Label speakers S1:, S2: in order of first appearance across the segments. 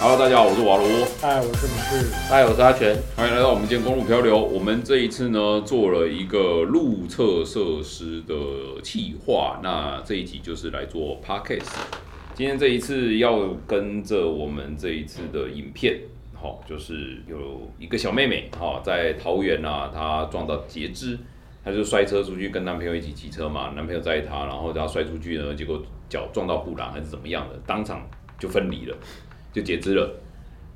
S1: Hello，大家好，我是瓦罗，
S2: 嗨，哎我是不是
S3: 嗨，我是阿全。
S1: 欢迎来到我们今天公路漂流。我们这一次呢，做了一个路测设施的企划，那这一集就是来做 podcast。今天这一次要跟着我们这一次的影片，好、就是有一个小妹妹，好、在桃园啊，她撞到截肢，她就摔车出去，跟男朋友一起骑车嘛，男朋友载她，然后她摔出去呢，结果脚撞到护栏还是怎么样的，当场就分离了，就截肢了。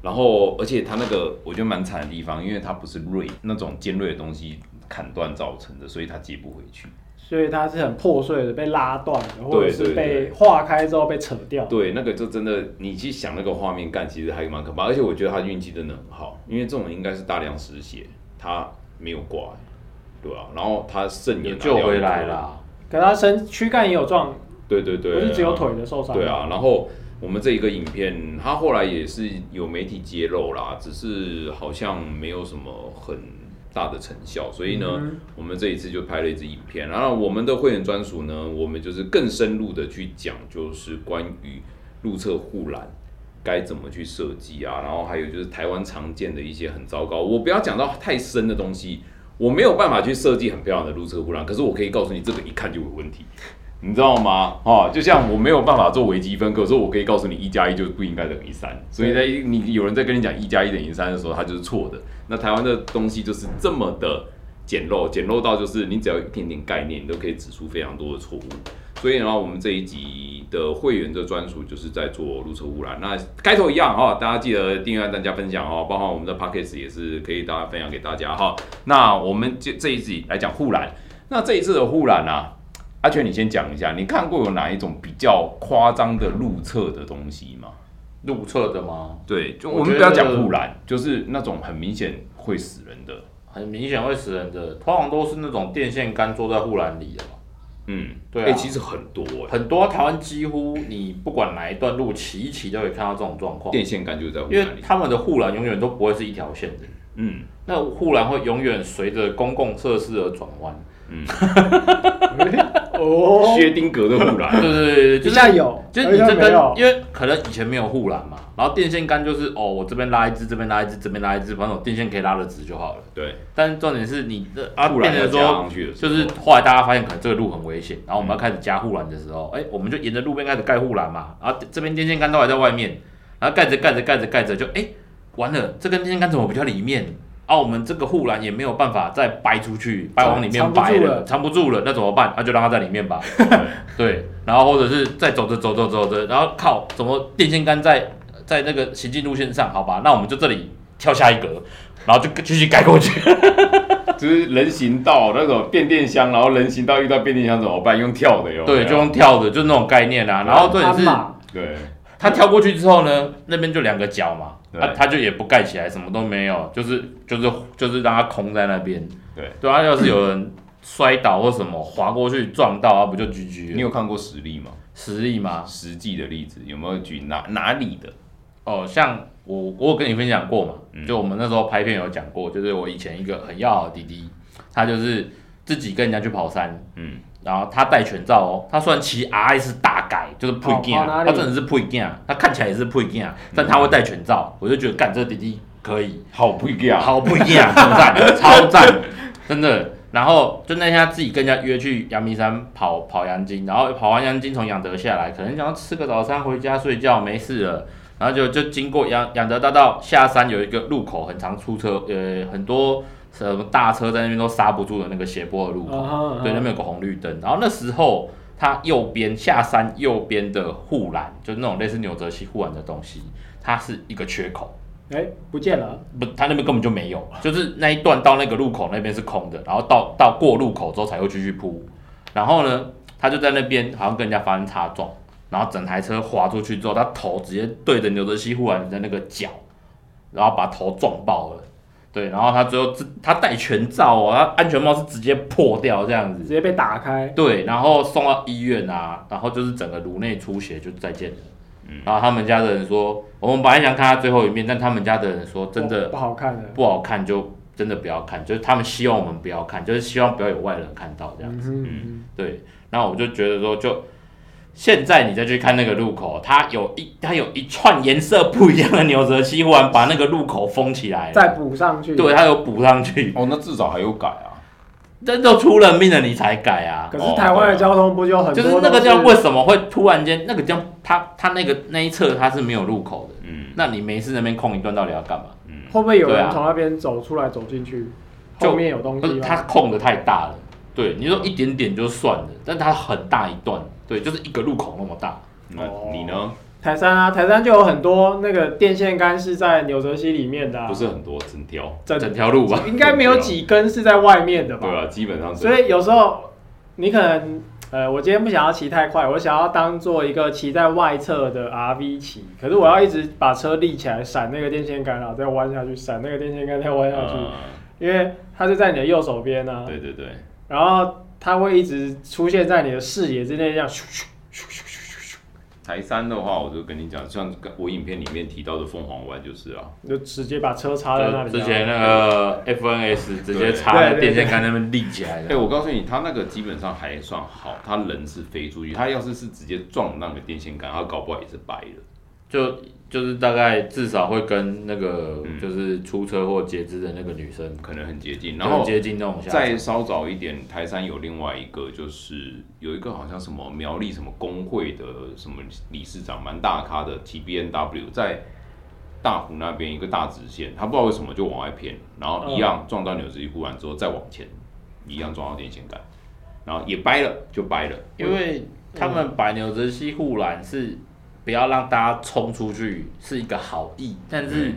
S1: 然后，而且它那个我觉得蛮惨的地方，因为它不是锐那种尖锐的东西砍断造成的，所以它接不回去。
S2: 所以它是很破碎的，被拉断的，或者是
S1: 对对
S2: 被化开之后被扯掉。
S1: 对，那个就真的，你去想那个画面干，其实还蛮可怕。而且我觉得他运气真的很好，因为这种应该是大量失血，他没有挂，对啊，然后他肾也
S3: 也
S1: 拿
S3: 救
S1: 掉
S3: 回
S1: 一
S3: 来
S1: 颗，
S3: 啦。
S2: 可它身躯干也有撞，
S1: 对对
S2: 不
S3: 啊
S1: 对，
S2: 是只有腿的受伤。
S1: 对，啊，然后我们这一个影片，它后来也是有媒体揭露啦，只是好像没有什么很大的成效，所以呢，
S2: 嗯
S1: 我们这一次就拍了一支影片。然后我们的会员专属呢，我们就是更深入的去讲，就是关于路侧护栏。该怎么去设计啊？然后还有就是台湾常见的一些很糟糕，我不要讲到太深的东西，我没有办法去设计很漂亮的路侧护栏，可是我可以告诉你，这个一看就有问题，你知道吗？哦，就像我没有办法做微积分，可是我可以告诉你，一加一就不应该等于三。所以在你有人在跟你讲一加一等于三的时候，它就是错的。那台湾的东西就是这么的简陋，简陋到就是你只要有一点点概念，你都可以指出非常多的错误。所以呢，我们这一集的会员的专属就是在做路车污染。那开头一样哈、哦，大家记得订阅、按赞、加分享哦，包含我们的 podcast 也是可以大家分享给大家哈、那我们这这一集来讲护栏，那这一次的护栏啊，阿全你先讲一下，你看过有哪一种比较夸张的路测的东西吗？
S3: 路测的吗？
S1: 对，就
S3: 我
S1: 我们
S3: 觉
S1: 不要
S3: 得
S1: 讲护栏，就是那种很明显会死人的，
S3: 很明显会死人的，通常都是那种电线杆坐在护栏里的嘛。
S1: 嗯，
S3: 对啊
S1: 哎、其实很多哎、
S3: 很多台湾几乎你不管哪一段路骑一骑都会看到这种状况，
S1: 电线杆就是在护
S3: 因为
S1: 栏里，
S3: 他们的护栏永远都不会是一条线的，
S1: 嗯，
S3: 那护栏会永远随着公共设施而转弯。
S2: 哦，
S1: 薛丁格的护栏，
S3: 对对对对，
S2: 一
S3: 就是
S2: 下有，
S3: 就是
S2: 一
S3: 你
S2: 下
S3: 这
S2: 没
S3: 根
S2: 有，。
S3: 因为可能以前没有护栏嘛，然后电线杆就是哦，我这边拉一支，这边拉一支，这边拉一支，反正我电线可以拉得直就好了。
S1: 对，
S3: 但是重点是你的啊，
S1: 护
S3: 变
S1: 栏要
S3: 成
S1: 加
S3: 说
S1: 上去的时
S3: 就
S1: 候，
S3: 是后来大家发现可能这个路很危险，然后我们要开始加护栏的时候，哎、我们就沿着路边开始盖护栏嘛，然后这边电线杆都还在外面，然后盖着盖着盖着盖着就哎、完了，这根电线杆怎么比较里面？啊，我们这个护栏也没有办法再掰出去，掰往里面掰了，藏不住了，那怎么办？那、啊就让它在里面吧。对，然后或者是再走着走着走着，然后靠，怎么电线杆在在那个行进路线上？好吧，那我们就这里跳下一格，然后就继续盖过去。
S1: 就是人行道那种变电箱，然后人行道遇到变电箱怎么办？用跳的哟。
S3: 对，就用跳的，就是那种概念啊。然后重点
S2: 鞍
S3: 是，
S2: 马
S1: 对，
S3: 他跳过去之后呢，那边就两个脚嘛，
S1: 对
S3: 啊他他就也不盖起来，什么都没有，就是就是就是让它空在那边。
S1: 对
S3: 对啊，要是有人摔倒或什么滑过去撞到啊，不就 GG
S1: 你
S3: 了？
S1: 有看过实例吗？
S3: 实力吗？
S1: 实际的例子有没有举哪哪里的？
S3: 哦，像我我有跟你分享过嘛，就我们那时候拍片有讲过，就是我以前一个很要好的弟弟，他就是自己跟人家去跑山，
S1: 嗯，
S3: 然后他戴全罩哦，他虽然骑 RS 大改，就是配件
S2: 跑跑哪
S3: 啊，
S2: 里
S3: 他真的是配件啊，他看起来也是配件啊，但他会戴全罩，我就觉得干这个弟弟可以，
S1: 好不一样。
S3: 好不一样，超赞，超赞，真的。然后就那天他自己跟人家约去阳明山跑跑阳金，然后跑完阳金从养德下来，可能想要吃个早餐回家睡觉没事了，然后就就经过养养德大道下山有一个路口，很常出车，呃，很多什么大车在那边都刹不住的那个斜坡的路口，
S2: 嗯哼
S3: 对，那边有个红绿灯，然后那时候它右边下山右边的护栏，就那种类似纽泽西护栏的东西，它是一个缺口。
S2: 哎，不见了，
S3: 不，他那边根本就没有，就是那一段到那个路口那边是空的，然后到到过路口之后才会继续铺。然后呢，他就在那边好像跟人家发生擦撞，然后整台车滑出去之后，他头直接对着牛泽西护栏的那个脚，然后把头撞爆了。对，然后他最后自他戴全罩哦，他安全帽是直接破掉这样
S2: 直
S3: 子。
S2: 接被打开，
S3: 对，然后送到医院啊，然后就是整个颅内出血就再见了。然后他们家的人说，我们本来想看他最后一面，但他们家的人说，真的
S2: 不不好看了。
S3: 不好看就真的不要看，就是他们希望我们
S2: 嗯
S3: 不要看，就是希望不要有外人看到这样。
S2: 嗯哼，
S3: 对，那我就觉得说就现在你再去看那个路口，它有一它有一串颜色不一样的牛舌漆，忽然把那个路口封起来
S2: 再
S3: 了。
S2: 补上去。
S3: 对，它有补上去，
S1: 哦，那至少还有改啊。
S3: 这都出人命了，你才改啊！
S2: 可是台湾的交通不就很
S3: 就
S2: 多
S3: 是那
S2: 都
S3: 个地方为什么会突然间那个地方，它它那个那一侧它是没有入口的，
S1: 嗯
S3: 那你没事那边空一段到底要干嘛？
S1: 嗯，
S2: 会不会有
S3: 对
S2: 人
S3: 啊
S2: 从那边走出来走进去？
S3: 就呃
S2: 后面有东
S3: 不
S2: 西
S3: 是它
S2: 吗？
S3: 空的太大了，对，你说一点点就算了，但它很大一段，对，就是一个路口那么大，
S1: 那你呢？
S2: 台山啊，台山就有很多那个电线杆是在纽泽西里面的、啊，
S1: 不是很多，整条。
S2: 整
S3: 整条路吧，
S2: 应该没有几根是在外面的吧？
S1: 对啊，基本上是。
S2: 所以有时候你可能，呃，我今天不想要骑太快，我想要当做一个骑在外侧的 RV 骑，可是我要一直把车立起来，闪那个电线杆啊，再弯下去，闪那个电线杆，再弯下去，
S1: 嗯
S2: 因为它就在你的右手边啊，
S1: 对对对，
S2: 然后它会一直出现在你的视野之内，这样咻咻咻咻咻咻
S1: 台山的话，我就跟你讲，像我影片里面提到的凤凰湾就是啊，
S2: 咻，就直接把车插在那
S3: 就
S2: 里、啊。
S3: 之前那个 FNS 直接插在电线杆那边立起来
S1: 哎、
S3: 的，
S1: 我告诉你，他那个基本上还算好，他人是飞出去，他要是是直接撞那个电线杆，他搞不好也是白了。
S3: 就就是大概至少会跟那个
S1: 嗯
S3: 就是出车祸截肢的那个女生，
S1: 可能很接近。
S3: 就
S1: 然后
S3: 接近那种下
S1: 再稍早一点，台山有另外一个，就是有一个好像什么苗栗什么工会的什么理事长，蛮大咖的 T B N W，在大湖那边一个大直线，他不知道为什么就往外偏，然后一样撞到纽泽西护栏之后再往前，一样撞到电线杆，然后也掰了就掰了，
S3: 因为他
S1: 嗯
S3: 们摆牛泽西护栏是不要让大家冲出去，是一个好意，但是
S1: 嗯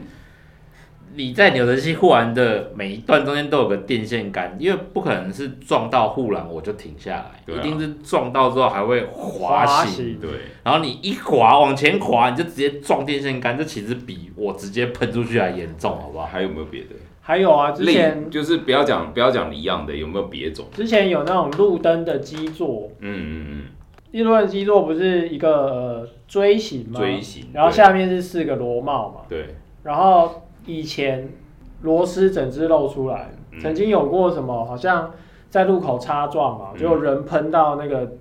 S3: 你在牛泽西护栏的每一段中间都有个电线杆，因为不可能是撞到护栏我就停下来，
S1: 对啊
S3: 一定是撞到之后还会
S2: 滑
S3: 滑行。
S2: 行，
S1: 对，
S3: 然后你一滑往前滑，你就直接撞电线杆，这其实比我直接喷出去还严重，好不好？
S1: 还有没有别的？
S2: 还有啊，之
S1: 类
S2: 前
S1: 就是不要讲不要讲一样的，有没有别种？
S2: 之前有那种路灯的基座，
S1: 嗯嗯
S2: 议论基座不是一个、呃、锥形
S1: 嗯，
S2: 吗？
S1: 锥形，
S2: 然后下面是四个螺帽嘛，
S1: 对对
S2: 然后以前螺丝整只露出来，
S1: 嗯
S2: 曾经有过什么好像在路口擦撞嘛，
S1: 嗯
S2: 就人喷到那个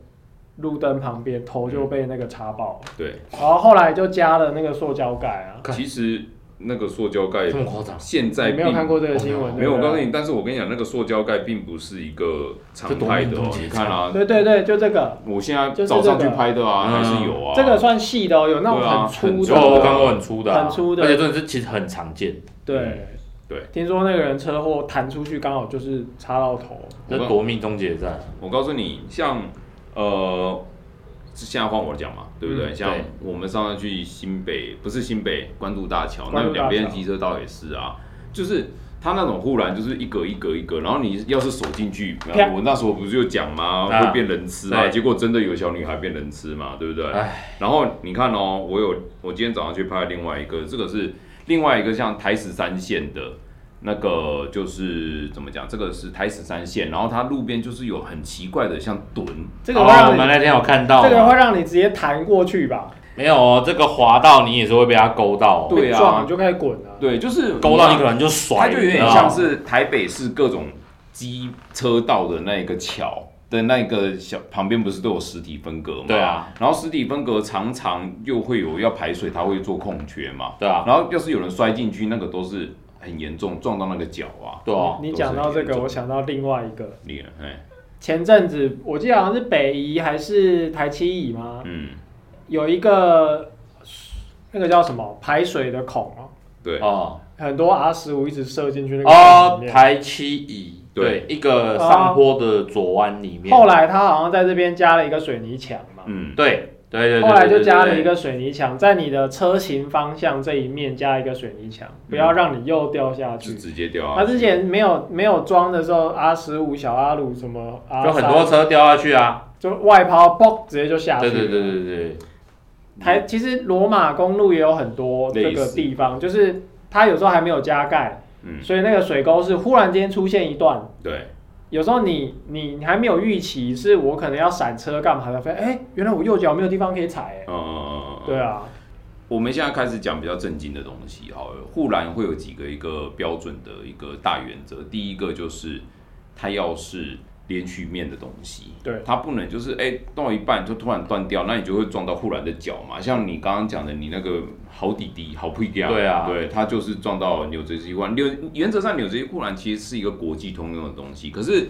S2: 路灯旁边，头就被那个擦爆了，
S1: 对，
S2: 然后后来就加了那个塑胶盖啊，
S3: 看
S1: 其实那个塑胶盖
S3: 这么夸张？
S1: 现在
S2: 你没有
S1: 并
S2: 看过这个新闻？
S1: 没有，我
S2: 对不对啊
S1: 告诉你，但是我跟你讲，那个塑胶盖并不是一个常态
S3: 这
S1: 的
S3: 多
S1: 哦
S3: 么。多
S1: 你看啊，
S2: 对对对，就这个，
S1: 我现在
S2: 就是
S1: 早上
S2: 这
S1: 去
S2: 个
S1: 拍的啊，
S3: 嗯
S1: 还是有啊。
S2: 这个算细的哦，有那种
S1: 对啊
S2: 很粗
S1: 很
S3: 就
S1: 粗
S2: 的，
S3: 我看过很粗的、啊，
S2: 很粗的
S3: 而且真的是其实很常见，
S2: 对
S1: 对。
S2: 听说那个人车祸弹出去，刚好就是插到头，
S1: 我
S3: 那
S1: 刚
S3: 夺命终结战。
S1: 我告诉你，像呃，现在换我讲嘛，对不对？
S2: 嗯
S1: 像
S3: 对
S1: 我们上次去新北，不是新北关渡大桥，
S2: 关
S1: 那
S2: 渡大
S1: 两
S2: 桥
S1: 边机车道也是啊，就是。它那种护栏就是一格一格一格，然后你要是手进去，然后我那时候不是就讲吗？
S3: 啊
S1: 会变人吃嘛？
S3: 对
S1: 结果真的有小女孩变人吃嘛，对不对？
S3: 哎，
S1: 然后你看哦，我有我今天早上去拍另外一个，这个是另外一个像台十三线的那个，就是怎么讲？这个是台十三线，然后它路边就是有很奇怪的像墩，
S2: 这个
S3: 哦
S2: 会让
S3: 我
S2: 你
S3: 们那天有看到嘛，
S2: 这个会让你直接弹过去吧？
S3: 没有哦，这个滑道你也是会被它勾到哦、
S1: 对啊
S2: 被撞你就开始滚了。
S1: 对，就是
S3: 勾到你
S1: 个。
S3: 可能就
S1: 它
S3: 甩，
S1: 就有点
S3: 你知道
S1: 像
S3: 吗
S1: 是台北市各种机车道的那个桥的那个小旁边不是都有实体分隔吗？
S3: 对啊，
S1: 然后实体分隔常常又会有要排水，它会做空缺嘛。
S3: 对啊，
S1: 然后要是有人摔进去，那个都是很严重，撞到那个脚啊。
S3: 对啊，
S2: 你讲到这
S1: 都是
S2: 个，我想到另外一个。
S1: 你哎，
S2: 前阵子我记得好像是北宜还是台七乙吗？
S1: 嗯，
S2: 有一个那个叫什么排水的孔啊，
S1: 对，
S3: 哦
S2: 很多 R 十五一直射进去那个孔
S3: 哦
S2: 里，面。
S3: 台七乙对一个上坡的左弯里面，
S2: 哦后来他好像在这边加了一个水泥墙嘛，
S1: 嗯，
S3: 对对对对，
S2: 后来就
S3: 对
S2: 加了一，个水泥墙，在你的车型方向这一面加一个水泥墙，不
S3: 嗯
S2: 要让你又掉下去
S1: 就。直接掉
S2: 他
S1: 啊。
S2: 之前没有没有装的时候，R 十五、小阿鲁什么 R
S3: 对对对就很多车掉下去啊，
S2: 就外抛，嘣，直接就下去
S3: 对
S2: 了。
S3: 对对对对，
S2: 台其实罗马公路也有很多这
S1: 类
S2: 个
S1: 似
S2: 地方，就是它有时候还没有加盖，
S1: 嗯，
S2: 所以那个水沟是忽然间出现一段。
S1: 对，
S2: 有时候你你你还没有预期，是我可能要闪车干嘛的，发现哎，原来我右脚没有地方可以踩、
S1: 嗯嗯嗯
S2: 哎，
S1: 嗯，
S2: 对啊，
S1: 我们现在开始讲比较正经的东西好了，护栏会有几个一个标准的一个大原则，第一个就是它要是连续面的东西。
S2: 对
S1: 它不能就是哎、到一半就突然断掉，那你就会撞到护栏的脚嘛。像你刚刚讲的，你那个好底底好屁呀，
S3: 对啊
S1: 对，它就是撞到纽泽西护栏。纽原则上纽泽西护栏其实是一个国际通用的东西，可是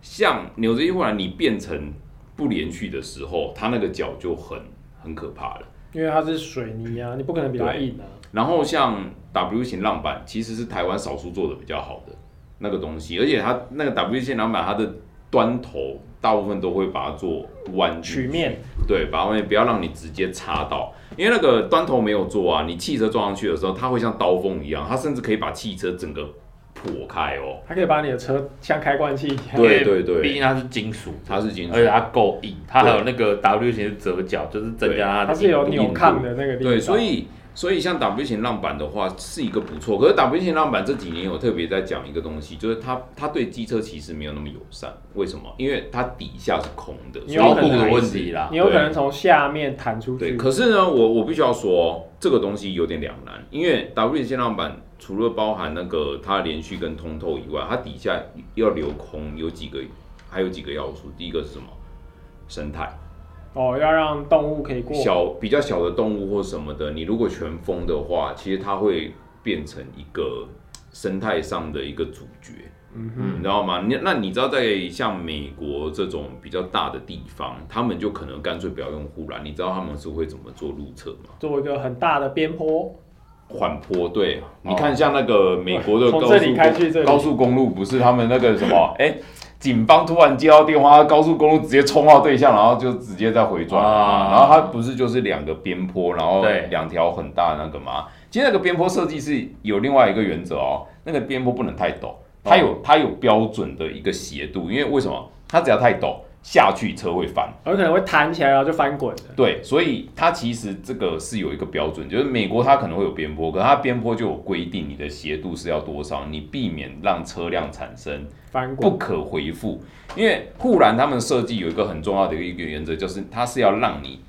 S1: 像纽泽西护栏你变成不连续的时候，它那个脚就很很可怕了。
S2: 因为它是水泥啊，你不可能比它
S1: 对
S2: 硬啊。
S1: 然后像 W 型浪板其实是台湾少数做的比较好的那个东西，而且它那个 W 型浪板它的端头大部分都会把它做弯
S2: 曲
S1: 曲，
S2: 面
S1: 对，把它弯不要让你直接插到，因为那个端头没有做啊，你汽车撞上去的时候，它会像刀锋一样，它甚至可以把汽车整个破开哦。
S2: 它可以把你的车像开罐器一样。
S1: 对
S3: 因为
S1: 对
S3: 毕竟它是金属，
S1: 它是金属
S3: 而且它够硬，它还有那个 W 型的折角，就是增加它的
S2: 它是有
S3: 硬度
S2: 扭抗的那个地方。
S1: 对，所以所以像 W 型浪板的话是一个不错，可是 W 型浪板这几年有特别在讲一个东西，就是它它对机车其实没有那么友善，为什么？因为它底下是空的，
S2: 你
S1: 所以
S2: 有
S3: 高
S2: 可
S3: 度
S2: 能
S3: 的
S2: 还
S3: 问
S1: 是
S3: 题啦
S2: 你。有可能从下面弹出
S1: 对，
S2: 去。
S1: 可是呢，我我必须要说哦，这个东西有点两难，因为 W 线浪板除了包含那个它连续跟通透以外，它底下要留空有几个，还有几个要素。第一个是什么？生态，
S2: 哦，要让动物可以过。
S1: 小比较小的动物或什么的，你如果全封的话，其实它会变成一个生态上的一个主角，
S2: 嗯哼，
S1: 你知道吗？你那你知道在像美国这种比较大的地方，他们就可能干脆不要用护栏，你知道他们是会怎么做路测吗？
S2: 做一个很大的边坡。
S1: 缓坡，对，啊你看像那个美国的
S2: 哦从
S1: 高速
S2: 这里开去
S1: 公
S2: 这里
S1: 高速公路，不是他们那个什么，哎、警方突然接到电话，高速公路直接冲到对象，然后就直接再回转、
S3: 啊
S1: 然后它不是就是两个边坡，然后
S3: 对
S1: 两条很大的那个嘛。其实那个边坡设计是有另外一个原则哦，那个边坡不能太陡，它有、
S2: 哦
S1: 它有标准的一个斜度，因为为什么？它只要太陡下去车会翻。
S2: 有可能会弹起来，然后就翻滚的。
S1: 对，所以它其实这个是有一个标准，就是美国它可能会有边坡，可它边坡就有规定你的斜度是要多少，你避免让车辆产生
S2: 翻滚。
S1: 不可回复。因为护栏他们设计有一个很重要的一个原则，就是它是要让你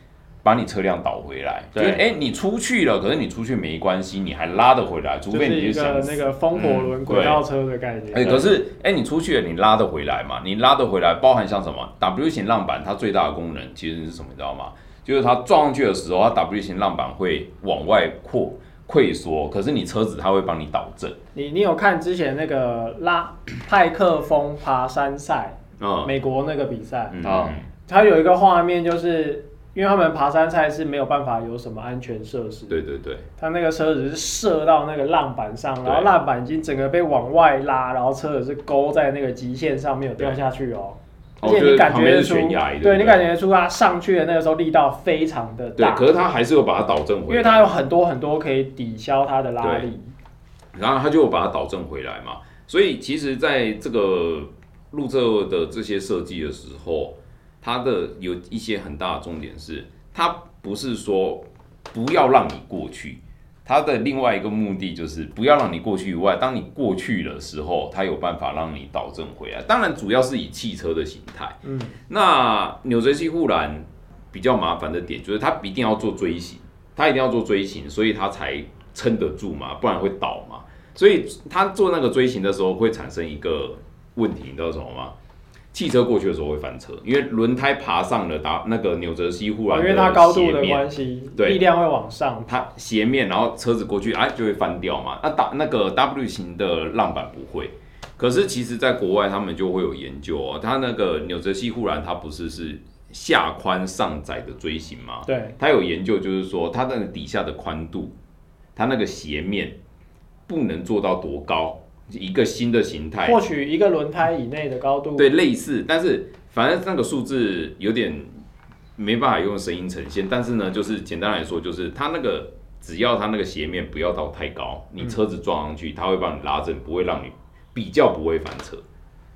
S1: 把你车辆倒回来，就是
S3: 对
S1: 哎、诶你出去了，可是你出去没关系，你还拉得回来，除
S2: 就
S1: 非
S2: 是
S1: 你嗯
S2: 一
S1: 想
S2: 个
S1: 死
S2: 那个风火轮轨道车的概念。
S1: 哎、可是哎、你出去了，你拉得回来嘛？你拉得回来，包含像什么 W 型浪板，它最大的功能其实是什么？你知道吗？就是它撞上去的时候，它 W 型浪板会往外扩溃缩，可是你车子它会帮你导正。
S2: 你你有看之前那个拉派克峰爬山赛，
S1: 嗯
S2: 美国那个比赛，
S1: 嗯
S3: 好
S2: 它有一个画面就是。因为他们爬山赛是没有办法有什么安全设施，
S1: 对对对
S2: 他那个车子是射到那个浪板上，然后
S1: 对
S2: 浪板已经整个被往外拉，然后车子是勾在那个极限上面有掉下去哦。而
S1: 哦
S2: 且
S1: 就是
S2: 你感
S1: 旁边
S2: 觉得
S1: 是
S2: 出，
S1: 悬崖对不
S2: 对
S1: 对
S2: 你感觉得出它上去的那个时候力道非常的
S1: 对，
S2: 大，
S1: 可是它还是有把它导正
S2: 因
S1: 回来，
S2: 为它有很多很多可以抵消它的拉力。
S1: 然后他就把它导正回来嘛。所以其实在这个路测的这些设计的时候，它的有一些很大的重点是，它不是说不要让你过去，它的另外一个目的就是不要让你过去以外，当你过去的时候，它有办法让你导正回来。当然，主要是以汽车的形态。
S2: 嗯，
S1: 那纽泽西护栏比较麻烦的点就是它一定要做锥形，它一定要做锥形，所以它才撑得住嘛，不然会倒嘛。所以它做那个锥形的时候会产生一个问题，你知道什么吗？汽车过去的时候会翻车，因为轮胎爬上了达那个纽泽西护
S2: 哦
S1: 栏
S2: 因
S1: 的
S2: 为它高
S1: 斜
S2: 度的
S1: 面
S2: 关系，
S1: 对
S2: 力量会往上。
S1: 它斜面，然后车子过去，哎、就会翻掉嘛。那打那个 W 型的浪板不会，可是其实在国外他们就会有研究哦，它那个纽泽西护栏它不是是下宽上窄的锥形吗？
S2: 对，
S1: 它有研究就是说它那个底下的宽度，它那个斜面不能做到多高，一个新的形态
S2: 获取一个轮胎以内的高度。
S1: 对，类似，但是反正那个数字有点没办法用声音呈现。但是呢，就是简单来说，就是它那个只要它那个斜面不要到太高，
S2: 嗯
S1: 你车子撞上去，它会帮你拉正，不会让你比较不会翻车。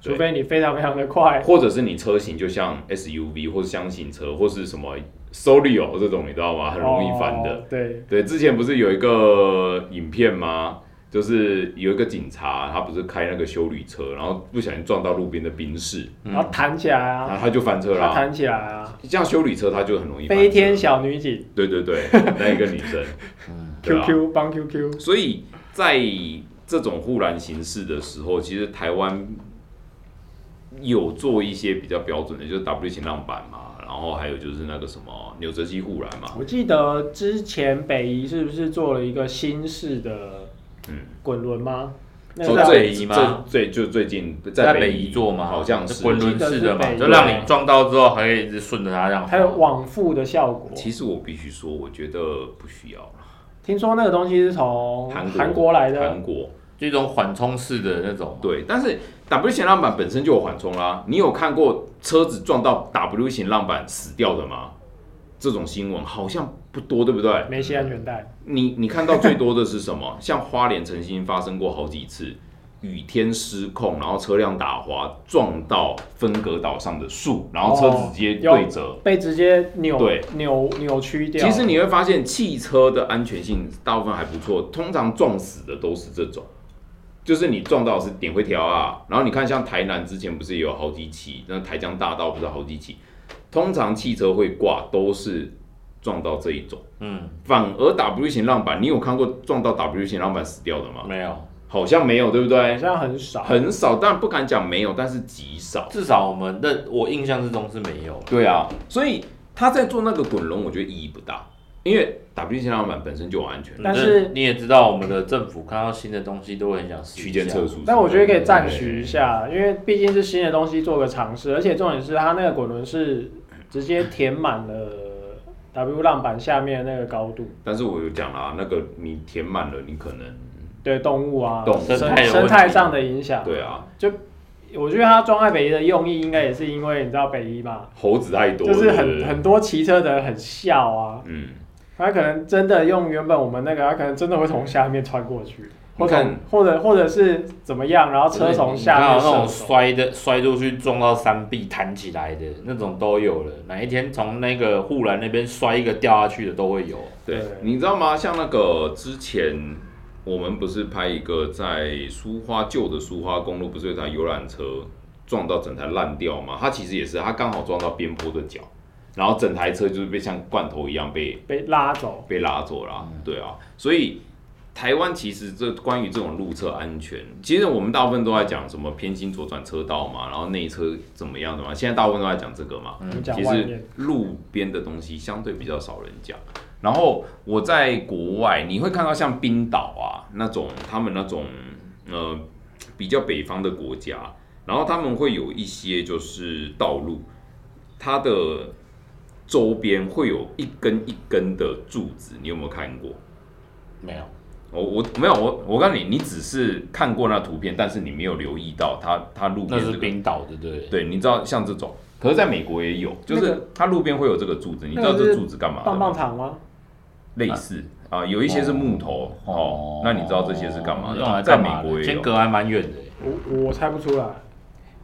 S2: 除非你非常非常的快。
S1: 或者是你车型就像 SUV 或是箱型车或是什么 Solio 这种，你知道吗？很容易翻的。
S2: 哦。对，
S1: 对，之前不是有一个影片吗？就是有一个警察，他不是开那个修理车，然后不小心撞到路边的冰室，
S2: 然后弹起来
S1: 然
S2: 啊，
S1: 后他就翻嗯车啦、
S2: 它弹起来啊，
S1: 像修理车，它就很容易翻车
S2: 飞天。小女警
S1: 对对 对，那一个女生，对啊。
S2: QQ 帮 QQ。
S1: 所以在这种护栏形式的时候，其实台湾有做一些比较标准的，就是 W 型浪板嘛，然后还有就是那个什么纽泽西护栏嘛，
S2: 我记得之前北宜是不是做了一个新式的
S1: 嗯
S2: 滚轮吗？那
S3: 说
S2: 个叫
S3: 最北宜吗
S1: 最最最近
S3: 在
S1: 在
S3: 北
S1: 宜
S3: 宜做嘛，
S1: 好像是
S3: 就。滚轮式
S2: 我记
S3: 的
S2: 得
S3: 嘛，
S2: 是北宜
S3: 就让你撞到之后还可以一直顺着它这样滑。
S2: 还有往复的效果。
S1: 其实我必须说，我觉得不需要了。
S2: 听说那个东西是从
S1: 韩国
S2: 韩国来的，
S1: 韩国
S3: 就一种缓冲式的那种，
S1: 对，但是 W 型浪板本身就有缓冲啦。你有看过车子撞到 W 型浪板死掉的吗？这种新闻好像不多，对不对？
S2: 没系安全带。
S1: 你你看到最多的是什么？ 像花莲曾经发生过好几次雨天失控，然后车辆打滑撞到分隔岛上的树，然后车子直接对折。
S2: 被直接扭
S1: 对
S2: 扭扭曲掉。
S1: 其实你会发现，汽车的安全性大部分还不错，通常撞死的都是这种，就是你撞到的是点灰条啊。然后你看，像台南之前不是也有好几起，那台江大道不是好几起，通常汽车会挂都是撞到这一种。
S3: 嗯，
S1: 反而 W 型浪板，你有看过撞到 W 型浪板死掉的吗？
S3: 没有，
S1: 好像没有，对不
S2: 好
S1: 对？
S2: 像很少，
S1: 很少，但不敢讲没有，但是极少。
S3: 至少我们的我印象之中是没有。
S1: 对啊，所以他在做那个滚轮，我觉得意义不大，因为 W 型浪板本身就有安全
S2: 但是
S3: 你也知道，我们的政府看到新的东西都会很想试一下
S1: 区间测。速。
S2: 但我觉得可以暂时一下，因为毕竟是新的东西做个尝试，而且重点是它那个滚轮是直接填满了 W 浪板下面的那个高度，
S1: 但是我有讲啦，那个你填满了，你可能
S2: 对动物啊
S1: 动物
S2: 生
S3: 生态有问
S2: 生
S3: 题
S2: 态上的影响。
S1: 对啊，
S2: 我觉得它装在北一的用意，应该也是因为你知道北一嘛，
S1: 猴子太多
S2: 就
S1: 了，
S2: 是
S1: 对不
S2: 很
S1: 对
S2: 很多骑车的人很笑啊，
S1: 嗯，
S2: 他可能真的用原本我们那个，他可能真的会从下面穿过去，或
S1: 你
S2: 者
S1: 看
S2: 或者或者是怎么样，然后车从下面
S3: 你看到那种
S2: 射手。
S3: 摔的摔出去撞到山壁弹起来的那种都有了，哪一天从那个护栏那边摔一个掉下去的都会有。
S1: 对
S2: 对，
S1: 你知道吗？像那个之前我们不是拍一个在苏花旧的苏花公路，不是有一台游览车撞到整台烂掉吗？它其实也是，它刚好撞到边坡的角，然后整台车就是被像罐头一样被
S2: 被拉走，
S1: 被拉走啦。对啊，所以台湾其实这关于这种路侧安全，其实我们大部分都在讲什么偏心左转车道嘛，然后内车怎么样的嘛，现在大部分都在讲这个嘛。
S2: 我们讲
S1: 其
S2: 外
S1: 实
S2: 面，
S1: 路边的东西相对比较少人讲。然后我在国外，你会看到像冰岛啊那种，他们那种呃比较北方的国家，然后他们会有一些就是道路，它的周边会有一根一根的柱子，你有没有看过？
S3: 没有，
S1: 我我没有我我告诉你，你只是看过那图片，但是你没有留意到它它路
S3: 那
S1: 边这
S3: 是
S1: 个
S3: 冰岛的，对不对？
S1: 对，你知道像这种，可是在美国也有，就
S2: 那
S1: 是
S2: 个
S1: 它路边会有这个柱子，你知道
S2: 那个
S1: 这
S2: 是
S1: 柱子干嘛的
S2: 棒
S1: 吗
S2: 棒糖吗？
S1: 类似啊，有一些是木头哦，那你知道这些是干嘛
S3: 嗯哦用来
S1: 的？在
S3: 干
S1: 美
S3: 嘛的
S1: 国也
S3: 间
S1: 有，
S3: 隔还蛮远的。
S2: 我我猜不出来。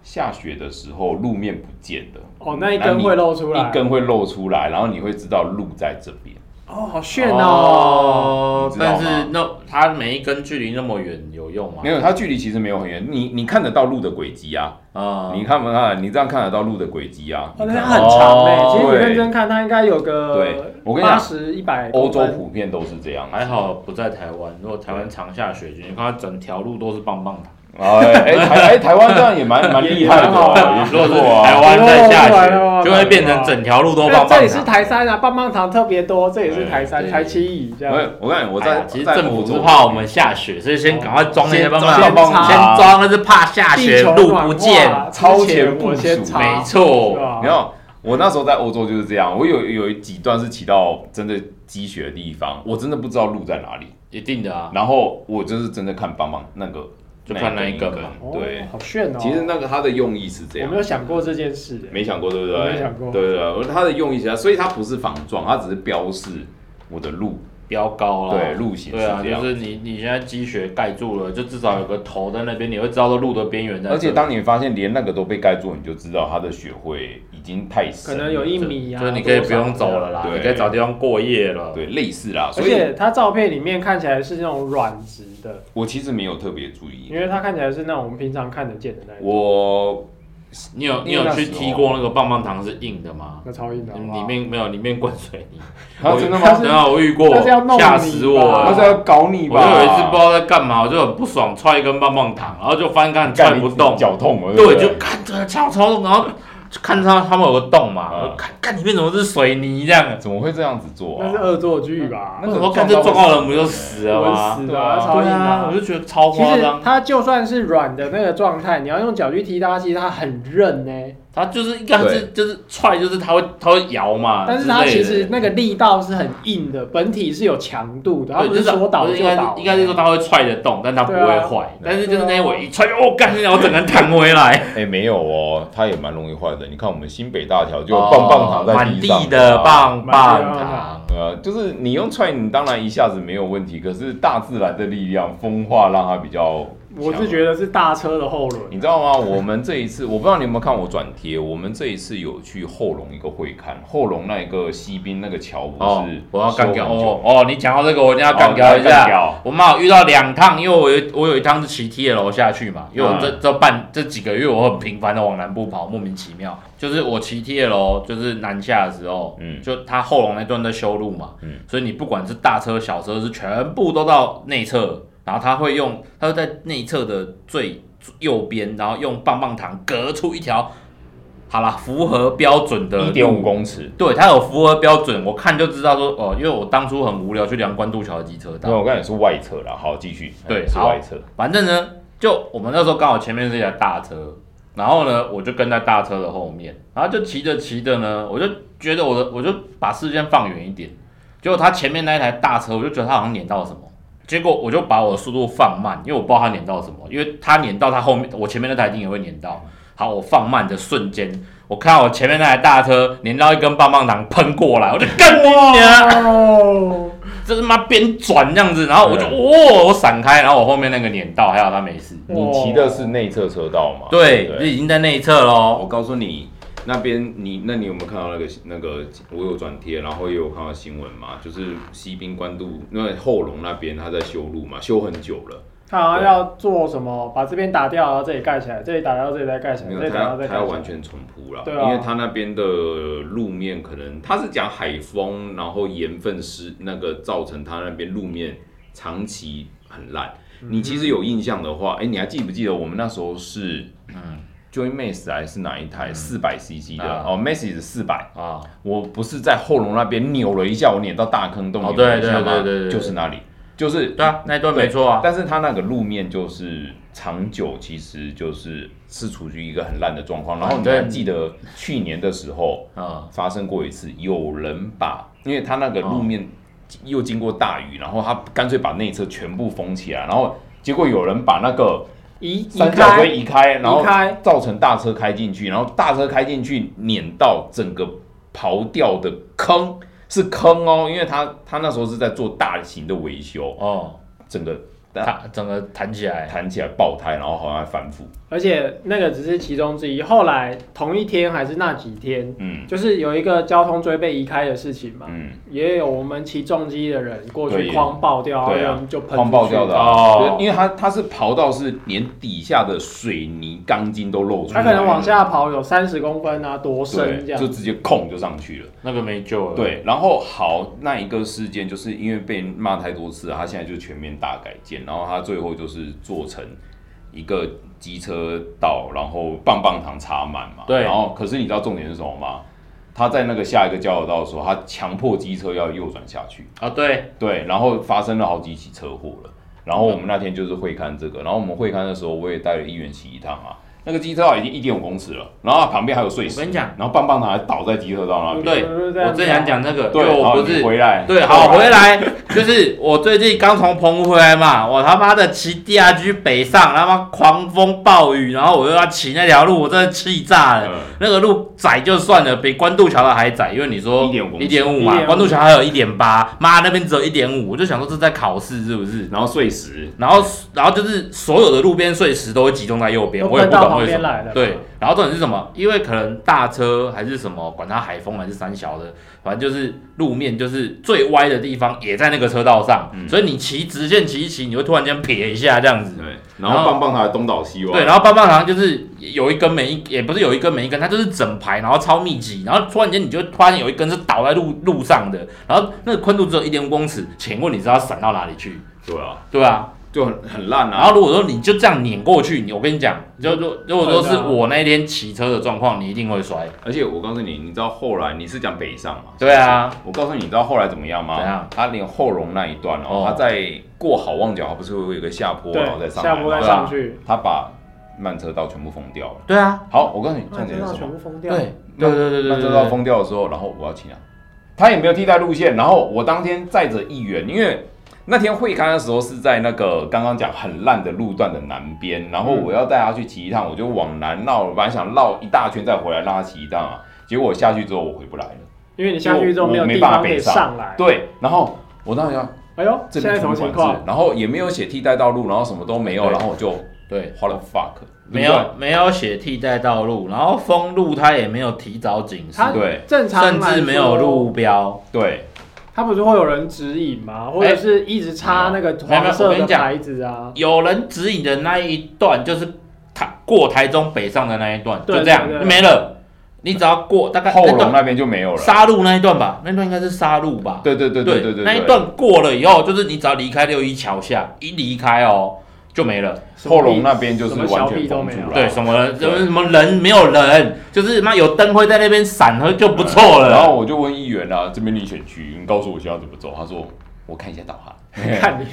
S1: 下雪的时候路面不见的，
S2: 哦，那一根会露出来，
S1: 啊一根会露出来，然后你会知道路在这边。
S2: 哦，好炫哦！
S1: 你知道
S3: 但
S1: 吗
S3: 是那它每一根距离那么远有用吗
S1: 没？有，它距离其实没有很远，你你看得到路的轨迹啊，
S3: 啊
S1: 你看不看？你这样看得到路的轨迹啊？
S2: 哦，
S1: 你
S2: 那
S1: 看
S2: 它很长哎，
S3: 哦
S2: 其实你
S1: 对
S2: 认真看，它应该有个
S1: 对我跟你
S2: 八
S1: 讲
S2: 十一百
S1: 欧洲普遍都是这样，
S3: 还好不在台湾，如果台湾常下雪，你看它整条路都是棒棒 糖。
S1: 哎哎台哎台湾这样也蛮蛮厉害的哦，
S3: 如
S1: 也
S3: 果
S1: 不
S3: 是
S1: 错
S3: 台
S1: 啊。
S3: 湾在下
S2: 哇哇哇
S3: 雪，就会变成整条路都
S2: 那
S3: 棒棒
S2: 这
S3: 糖
S2: 里是。台山啊，棒棒糖特别多，这也是台山，
S3: 对
S2: 台七乙这
S1: 我
S2: 样。
S1: 我跟你讲，我
S3: 哎
S1: 在
S3: 呀其实
S1: 在
S3: 政府
S1: 欧洲
S3: 不怕我们下雪，所以先赶快装那些棒棒
S2: 先
S3: 糖，
S2: 装
S3: 先装，但是怕下雪
S2: 地球啊
S3: 路
S2: 暖
S3: 不
S2: 化
S3: 见。
S1: 超
S2: 之前
S1: 前部
S2: 我先
S1: 署
S2: 查
S3: 没
S2: 是
S3: 错，
S2: 吧
S1: 你看，我那时候在欧洲就是这样，我有有几段是骑到真的积雪的地方，我真的不知道路在哪里，
S3: 一定的啊。
S1: 然后我就是真的看帮忙那个，
S3: 就看那一根嘛
S1: 那一根对
S2: 哦，，好炫哦！
S1: 其实那个它的用意是这
S2: 我
S1: 样
S2: 没，有想过这件事，欸
S1: 没想过对不对？
S2: 我没想过
S1: 对对对，它的用意是这样，所以它不是防撞，它只是标示我的路，
S3: 标高了，
S1: 对路型是
S3: 对啊，
S1: 这样
S3: 就是你你现在积雪盖住了，就至少有个头在那边，你会知道路的边缘在这。
S1: 而且当你发现连那个都被盖住，你就知道它的雪会已经太深
S2: 可
S1: 了，
S2: 能有一米啊，
S3: 就是你可以不用走了啦，
S1: 对
S3: 你可以找地方过夜了。
S1: 对类似啦，
S2: 而
S1: 所以
S2: 且它照片里面看起来是那种软质的，
S1: 我其实没有特别注意
S2: 因，为它看起来是那种我们平常看得见的那一种。
S1: 我
S3: 你有你有去踢过那个棒棒糖是硬的吗？
S2: 那超硬的好不好
S3: 嗯里面没有，里面灌水泥。
S1: 他
S3: 我
S1: 真的
S2: 啊他
S1: 吗
S2: 是？
S3: 然后我遇过
S2: 那是要弄，你
S3: 吓死我
S2: 吧
S1: 他是
S3: 了！
S1: 要搞你
S3: 我
S1: 吧？
S3: 就有一次不知道在干嘛，我就很不爽，踹一根棒棒糖，然后就翻看
S1: 干
S3: 踹不动，
S1: 脚痛了，
S3: 对，
S1: 不
S3: 就看这超超痛，然后就看他他们有个洞嘛，
S1: 嗯
S3: 我看看里面怎么是水泥这样，
S1: 怎么会这样子做
S2: 那是
S1: 啊？
S2: 恶作剧吧
S1: 那？
S3: 我
S1: 个
S3: 说看这撞到人不就死了吗？
S2: 稳死
S1: 对
S2: 的
S1: 啊
S2: 啊，超硬
S3: 对
S2: 的
S3: 啊，
S2: 啊
S3: 我。就觉得超
S2: 其
S3: 夸
S2: 实
S3: 张，
S2: 它就算是软的那个状态，你要用脚去踢它，其实它很韧呢、
S3: 他就是应该是就是踹，就是他会他会摇嘛，
S2: 但是它
S3: 之类
S2: 其
S3: 的
S2: 实那个力道是很硬的，本体是有强度的，它
S3: 对，
S2: 不
S3: 就是
S2: 说倒
S3: 不是
S2: 就
S3: 应该是
S2: 倒。
S3: 应该是说他会踹得动，但他不
S2: 对
S3: 会
S2: 啊
S3: 坏。但是就是那一我一踹，哦，干，然后整个人弹回来，
S1: 哎，没有哦，他也蛮容易坏的。你看我们新北大桥就有棒棒糖在
S3: 哦满
S1: 哦地上，
S3: 地的
S1: 啊。
S3: 棒
S2: 哦满地
S3: 棒
S2: 的棒
S3: 糖
S2: 糖。
S1: 呃，就是你用踹，你当然一下子没有问题，可是大自然的力量，风化让它比较
S2: 我是觉得是大车的后轮，
S1: 你知 道吗？我们这一次，我不知道你有没有看我转贴，我们这一次有去后龙一个会看，后龙那一个西滨那个桥不
S3: 哦
S1: 是，
S3: 我要干掉
S1: 修很久
S3: 哦哦！你讲到这个，我一定要干
S1: 哦
S3: 掉一
S1: 干
S3: 下。
S1: 掉
S3: 我妈有遇到两趟，因为我有我有一趟是骑 T L 下去嘛，因为我这、
S1: 嗯
S3: 这半这几个月我很频繁的往南部跑，莫名其妙。就是我骑 T L 就是南下的时候，
S1: 嗯
S3: 就它后龙那段在修路嘛，
S1: 嗯
S3: 所以你不管是大车小车是全部都到内侧，然后它会用它会在内侧的最右边，然后用棒棒糖隔出一条，好啦，符合标准的
S1: 一点
S3: 路
S1: 五公尺。
S3: 对，它有符合标准，我看就知道说哦，因为我当初很无聊去量关渡桥的机车
S1: 那
S3: 道，
S1: 我刚才是外侧啦，好，继续。
S3: 对
S1: 是
S3: 好
S1: 外侧。
S3: 反正呢，就我们那时候刚好前面是一台大车，然后呢，我就跟在大车的后面，然后就骑着骑着呢，我就觉得我的我就把视线放远一点，结果他前面那一台大车，我就觉得他好像碾到了什么。结果我就把我的速度放慢，因为我不知道他碾到什么，因为他碾到他后面，我前面那台一定也会碾到。好，我放慢的瞬间，我看到我前面那台大车碾到一根棒棒糖喷过来，我就干你娘！
S2: 哦，
S3: 这是妈边转这样子，然后我
S1: 对
S3: 就哦，我闪开，然后我后面那个碾到，还好他没事。
S1: 你骑的是内侧车道嘛？
S3: 对，
S1: 不
S3: 就已经在内侧喽。
S4: 我告诉你，那边你那你有没有看到那个那个我有转贴，然后也有看到新闻嘛？就是西滨关渡，因为后龙那边他在修路嘛，修很久了，
S2: 它好像要做什么，把这边打掉，然后这里盖起来，这里打掉，这里再盖起来，
S4: 没
S2: 这
S4: 有
S2: 里
S4: 他
S2: 打掉
S4: 要
S2: 再盖
S4: 他
S2: 起来。
S4: 要完全重铺了，
S2: 对啊
S4: 因为他那边的路面可能他是讲海风，然后盐分湿那个造成他那边路面长期很烂。
S3: 嗯
S4: 你其实有印象的话，哎、你还记不记得我们那时候是
S3: 嗯
S1: Joy Max 还是哪一台四百 CC 的
S3: 啊？
S1: 哦，Max 是四百。
S3: 啊，
S1: 我不是在后龙那边扭了一下，我碾到大坑洞
S3: 哦
S1: 扭了一
S3: 对
S1: 下
S3: 对
S1: 吗
S3: 对对对
S1: 就是那里，就是
S3: 对啊，那一段没错啊。
S1: 但是它那个路面就是长久，其实就是是处于一个很烂的状
S2: 啊
S1: 况。然后你还记得去年的时候
S3: 嗯，
S1: 发生过一次，有人把，因为它那个路面又经过大雨，然后他干脆把内侧全部封起来，然后结果有人把那个
S2: 移哦移
S1: 三角
S2: 开，
S1: 锥移开，然后
S2: 移开
S1: 造成大车开进去，然后大车开进去碾到整个刨掉的坑。是坑哦，因为他他那时候是在做大型的维修，
S3: 哦，
S1: 整个
S3: 它整个弹起来。
S1: 弹起来爆胎，然后好像还反复。
S2: 而且那个只是其中之一。后来同一天还是那几天，
S1: 嗯
S2: 就是有一个交通锥被移开的事情嘛，
S1: 嗯，
S2: 也有我们骑重机的人过
S1: 对
S2: 去
S1: 也
S2: 框爆掉，
S1: 对啊
S2: 然后人哦就喷
S1: 狂爆掉的、啊，
S3: 哦
S1: 对因为它它是刨到是连底下的水泥钢筋都露出来
S2: 他
S1: 了，
S2: 可能往下跑有三十公分啊，多深这
S1: 对，就
S2: 样。
S1: 直接空就上去了。
S3: 那个没救了。，
S1: 对，然后好那一个事件，就是因为被骂太多次了，他现在就全面大改建，然后他最后就是做成一个机车道，然后棒棒糖插满嘛。
S3: 对
S1: 然后可是你知道重点是什么吗？他在那个下一个交流道的时候，他强迫机车要右转下去。
S3: 啊对，
S1: 对，然后发生了好几起车祸了。然后我们那天就是会看这个，然后我们会看的时候，我也带了议员骑一趟啊。那个机车道已经一点五公尺了，然后它旁边还有碎石。
S3: 我跟你讲
S1: 然后棒棒糖还倒在机车道那边。
S3: 对
S2: 就是这样
S3: 我正想讲这个，
S1: 对，
S3: 因为
S1: 然
S3: 我
S1: 后
S3: 不
S1: 你
S3: 是
S1: 回来。
S3: 对，好回来，就是我最近刚从澎湖回来嘛，我他妈的骑 DRG 北上，他妈狂风暴雨，然后我又要骑那条路，我真的气炸了。
S1: 嗯
S3: 那个路窄就算了，比关渡桥的还窄，因为你说
S1: 1.5公尺
S3: 一点五嘛，
S2: 1.5
S3: 关渡桥还有一点八，妈那边只有一点五，我就想说这在考试是不是？
S1: 然后碎石，
S3: 然后，然后就是所有的路边碎石都会集中在右边，
S2: 都
S3: 我也
S2: 喷
S3: 不
S2: 到
S3: 管
S2: 旁
S3: 为什
S2: 边
S3: 么。
S2: 来的，
S3: 对，，然后重点是什么？因为可能大车还是什么，管它海风还是三小的，反正就是路面就是最歪的地方也在那个车道上，
S1: 嗯
S3: 所以你骑直线骑一骑，你会突然间撇一下这样子。
S1: 对，然后棒棒糖还东倒西歪，
S3: 对，然后棒棒糖就是有一根没一，也不是有一根没一根，它就是整排，然后超密集，然后突然间你就发现有一根是倒在路路上的，然后那个宽度只有一点五公尺，请问你知道闪到哪里去？
S1: 对啊，
S3: 对啊，
S1: 就很很烂
S3: 然
S1: 啊。
S3: 后如果说你就这样碾过去，你我跟你讲，就如如果说
S2: 对
S3: 是
S2: 啊
S3: 我那一天骑车的状况，你一定会摔。
S1: 而且我告诉你，你知道后来你是讲北上嘛？
S3: 对啊，
S1: 我告诉你，你知道后来怎么样吗？
S3: 怎样
S1: 他连后龙那一段
S3: 哦
S1: 哦，他在过好望角，他不是会有一个下坡，然后再
S2: 对，
S1: 上来
S2: 下
S1: 吗？
S2: 坡再
S1: 对啊
S2: 上去，
S1: 他把慢车道全部封掉了。
S3: 对啊，
S1: 好，我告诉你，重
S2: 慢
S1: 点
S2: 车
S1: 是
S2: 道
S1: 什
S2: 全
S1: 么
S2: 部？封
S3: 对
S2: 掉，
S3: 对对对对对，
S1: 慢车道封掉的时候，然后我要骑哪？他也没有替代路线。然后我当天载着议员，因为那天会刊的时候是在那个刚刚讲很烂的路段的南边，然后我要带他去骑一趟，我就往南绕，我本来想绕一大圈再回来让他骑一趟啊。结果我下去之后我回不来了，
S2: 因为你下去之后没有
S1: 我没
S2: 地
S1: 办法
S2: 方可以
S1: 北上
S2: 上来。
S1: 对，然后我当时想
S2: 哎呦，
S1: 这
S2: 现
S1: 边怎
S2: 在什么
S1: 么
S2: 情
S1: 管制
S2: 况？？
S1: 然后也没有写替代道路，然后什么都没有，
S3: 对
S1: 然后我就
S3: 对。
S1: 花了 fuck，
S3: 没有没有写替代道路，然后封路它也没有提早警示，
S2: 它
S1: 对
S2: 正常
S3: 甚
S2: 来
S3: 至
S2: 说
S3: 没有路标。
S1: 对
S2: 他不是会有人指引
S1: 哎
S2: 吗？或者是一直插那个黄
S3: 没有没有我
S2: 色
S3: 跟
S2: 的
S3: 你讲
S2: 牌子啊？
S3: 有人指引的那一段就是台过台中北上的那一段，
S2: 对
S3: 就这样
S2: 对对
S3: 没了。你只要过大概
S1: 对，后龙啊
S3: 段
S1: 那边就没有了。
S3: 沙路那一段吧，那一段应该是沙路吧？
S1: 对对对对对对，
S3: 那一段过了以后，就是你只要离开六一桥下，一离开哦就没了。
S2: 什么
S1: 后龙
S2: 意
S1: 那边就是
S2: 什么
S1: 完
S2: 小屁
S1: 全
S2: 都
S1: 封
S2: 没
S1: 住
S2: 有啊
S1: 了。
S3: 对，什么人
S1: 对
S3: 什么人没有人，就是妈有灯会在那边闪，就不错
S1: 然
S3: 了。
S1: 后我就问议员啊，这边你选区，你告诉我需要怎么走。他说我看一下导航。
S2: 看你，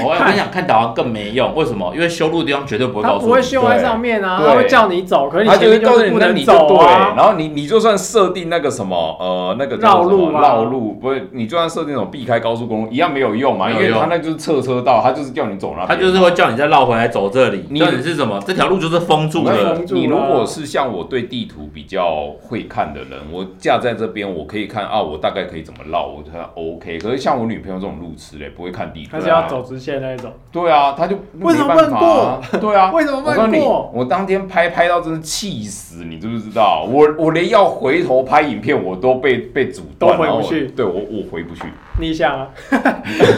S3: 哦我我跟你讲，看导航更没用，为什么？因为修路的地方绝对不会
S2: 他
S3: 告诉
S2: 不会
S3: 你。
S2: 修在上面啊，
S1: 对
S2: 他会叫你走，可是你
S1: 他
S2: 前
S1: 就会
S2: 面
S1: 告诉
S2: 是
S1: 你，
S2: 不
S1: 那
S2: 能
S1: 你就
S2: 走
S1: 对，
S2: 啊。
S1: 然后你你就算设定那个什么呃那个叫
S2: 绕
S1: 什么
S2: 路啊
S1: 绕路不是，你就算设定那种避开高速公路一样没有用嘛，
S3: 没
S1: 因
S3: 有
S1: 为
S3: 用
S1: 他那就是侧车道，他就是叫你走那边嘛。
S3: 他就是会叫你再绕回来走这里。
S1: 你
S3: 重点是什么？这条路就是封
S1: 我
S3: 住
S1: 跟
S3: 了
S1: 你。
S2: 封住
S1: 你
S2: 了
S1: 如果是像我对地图比较会看的人，我架在这边，我可以看啊，我大概可以怎么绕，我觉得 OK。可是像我女朋友这种路痴嘞，不会看地图、啊
S2: 他是要走直线那一种，
S1: 对啊，她就
S2: 为什么
S1: 没办法啊？ 对啊，
S2: 为什么
S1: 我告诉
S2: 问
S1: 你，
S2: 过？
S1: 我当天拍拍到真是气死，你知不知道？我我连要回头拍影片，我都被被阻断，
S2: 都回不
S1: 然后我
S2: 去
S1: 对我我回不去，
S2: 逆向啊，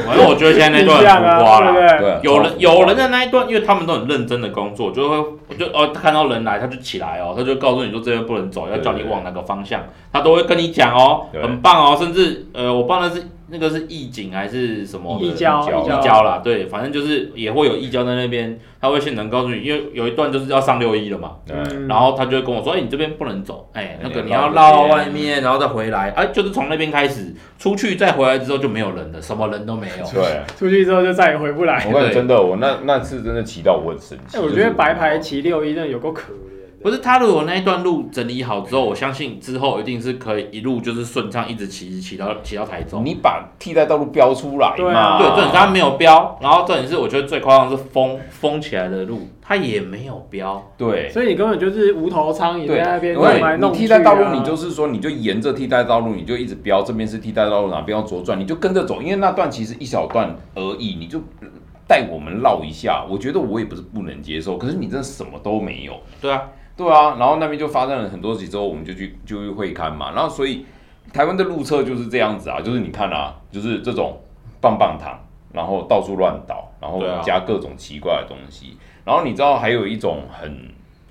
S3: 反正我觉得现在那
S2: 逆
S3: 段
S2: 向
S3: 很浮
S2: 啊，
S3: 夸
S2: 对不
S3: 啦。
S2: 对？
S1: 对，
S3: 有人有人
S1: 的
S3: 的那一段，因为他们都很认真的工作，就会我就哦看到人来他就起来哦，他就告诉你说这边不能走，要叫你
S1: 对对对
S3: 往哪个方向，他都会跟你讲哦，
S1: 对
S3: 很棒哦，甚至呃我忘了是那个是义警还是什么的
S2: 一交
S1: 一
S3: 义交啦，对，反正就是也会有义交在那边，他会现场告诉你，因为有一段就是要上六一了嘛，
S1: 对，
S2: 嗯
S3: 然后他就会跟我说：“哎、你这边不能走，哎、那个
S1: 哎
S3: 你要绕到外面，然后再回来，哎、就是从那边开始出去，再回来之后就没有人了，什么人都没有。
S1: 对。
S2: 出去之后就再也回不
S3: 哎
S2: 来。
S1: 我告诉你，真的，我那那次真的骑到我很生气。
S2: 哎，我
S1: 就
S2: 觉得
S1: 是
S2: 白牌骑六一真的有够可怜的。
S3: 不是他如果那一段路整理好之后，我相信之后一定是可以一路就是顺畅一直骑骑到骑到台中。
S1: 你把替代道路标出来
S2: 对
S1: 嘛？
S2: 啊
S3: 对，重点是他没有标，然后重点是我觉得最夸张的是封封起来的路，他也没有标。
S1: 对
S2: 所以你根本就是无头苍蝇在那
S1: 对，
S2: 边弄来
S1: 你
S2: 弄去
S1: 替
S2: 啊。
S1: 代道路，你就是说，你就沿着替代道路，你就一直标这边是替代道路，哪边要左转，你就跟着走，因为那段其实一小段而已，你就带我们绕一下。我觉得我也不是不能接受，可是你真的什么都没有。
S3: 对啊，
S1: 对啊，然后那边就发生了很多起之后，我们就去就去会刊嘛，然后所以台湾的路测就是这样子啊，就是你看啊，就是这种棒棒糖，然后到处乱倒，然后
S3: 对啊
S1: 加各种奇怪的东西，然后你知道还有一种很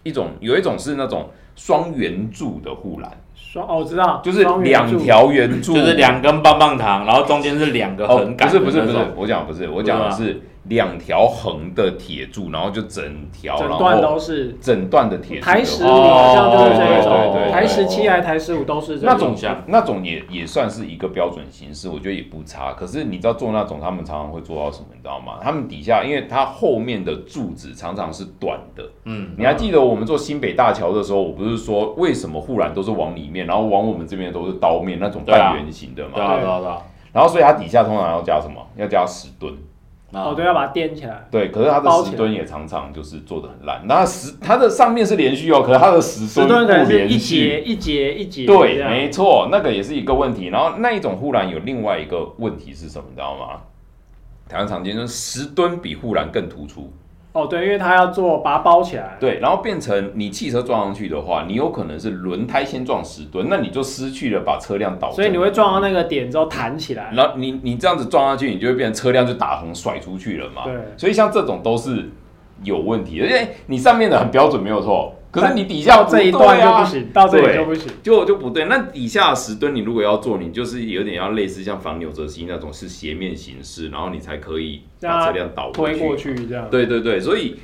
S1: 一种有一种是那种双圆柱的护栏，
S2: 双哦，我知道，
S1: 就是
S2: 双圆
S1: 两
S2: 柱
S1: 条圆柱，
S3: 就是两根棒棒糖，然后中间是两个
S1: 哦
S3: 横，
S1: 不
S3: 杆、
S1: 是不是不
S3: 啊
S1: 是，，我讲不是，我讲的
S3: 不是
S1: 是两条横的铁柱，然后就整条，
S2: 整
S1: 然
S2: 段
S1: 后
S2: 都是。
S1: 整段的铁柱
S2: 台
S1: 的
S2: 十
S1: 话
S2: 五哦
S3: 哦
S2: 好像就是
S1: 哦
S2: 这一
S1: 对对
S2: 种，
S1: 对
S2: 台十七还啊是台十五都是这
S1: 那
S2: 种
S1: 种
S3: 印象
S1: 那种也也算是一个标准形式，我觉得也不差。可是你知道做那种，他们常常会做到什么，你知道吗？他们底下，因为它后面的柱子常常是短的。
S3: 嗯，
S1: 你还记得我们做新北大桥的时候，我不是说为什么护栏都是往里面，然后往我们这边都是刀面那种
S3: 对啊
S1: 半圆形的嘛？
S3: 对啊对啊对
S2: 哦
S3: 啊，
S1: 然后所以它底下通常要加什么？要加十吨。
S3: 那
S1: 啊
S2: 哦，对，要把它垫起来。
S1: 对，可是它的
S2: 包起来
S1: 十吨也常常就是做的很烂。那十它的上面是连续哦，可是它的十
S2: 十吨
S1: 吨
S2: 可能
S1: 不
S2: 是
S1: 连
S2: 一
S1: 续。
S2: 节一节一节这
S1: 对，
S2: 样，
S1: 没错，那个也是一个问题。然后那一种护栏有另外一个问题是什么，你知道吗？台湾常见就是十吨比护栏更突出，
S2: 哦，对，因为它要做把它包起来。
S1: 对，然后变成你汽车撞上去的话，你有可能是轮胎先撞十吨，那你就失去了把车辆导正。
S2: 所以你会撞到那个点之后弹起来。
S1: 然后你你这样子撞上去，你就会变成车辆就打横甩出去了嘛。
S2: 对
S1: 所以像这种都是有问题的，因为你上面的很标准没有错，可是你底下
S2: 到这一段就不
S1: 行。
S2: 行，到这里
S1: 对啊
S2: 就不行。
S1: 就就不对，那底下十吨你如果要做，你就是有点要类似像防扭折机那种是斜面形式，然后你才可以把车辆倒
S2: 推过去这样。
S1: 对对对，所以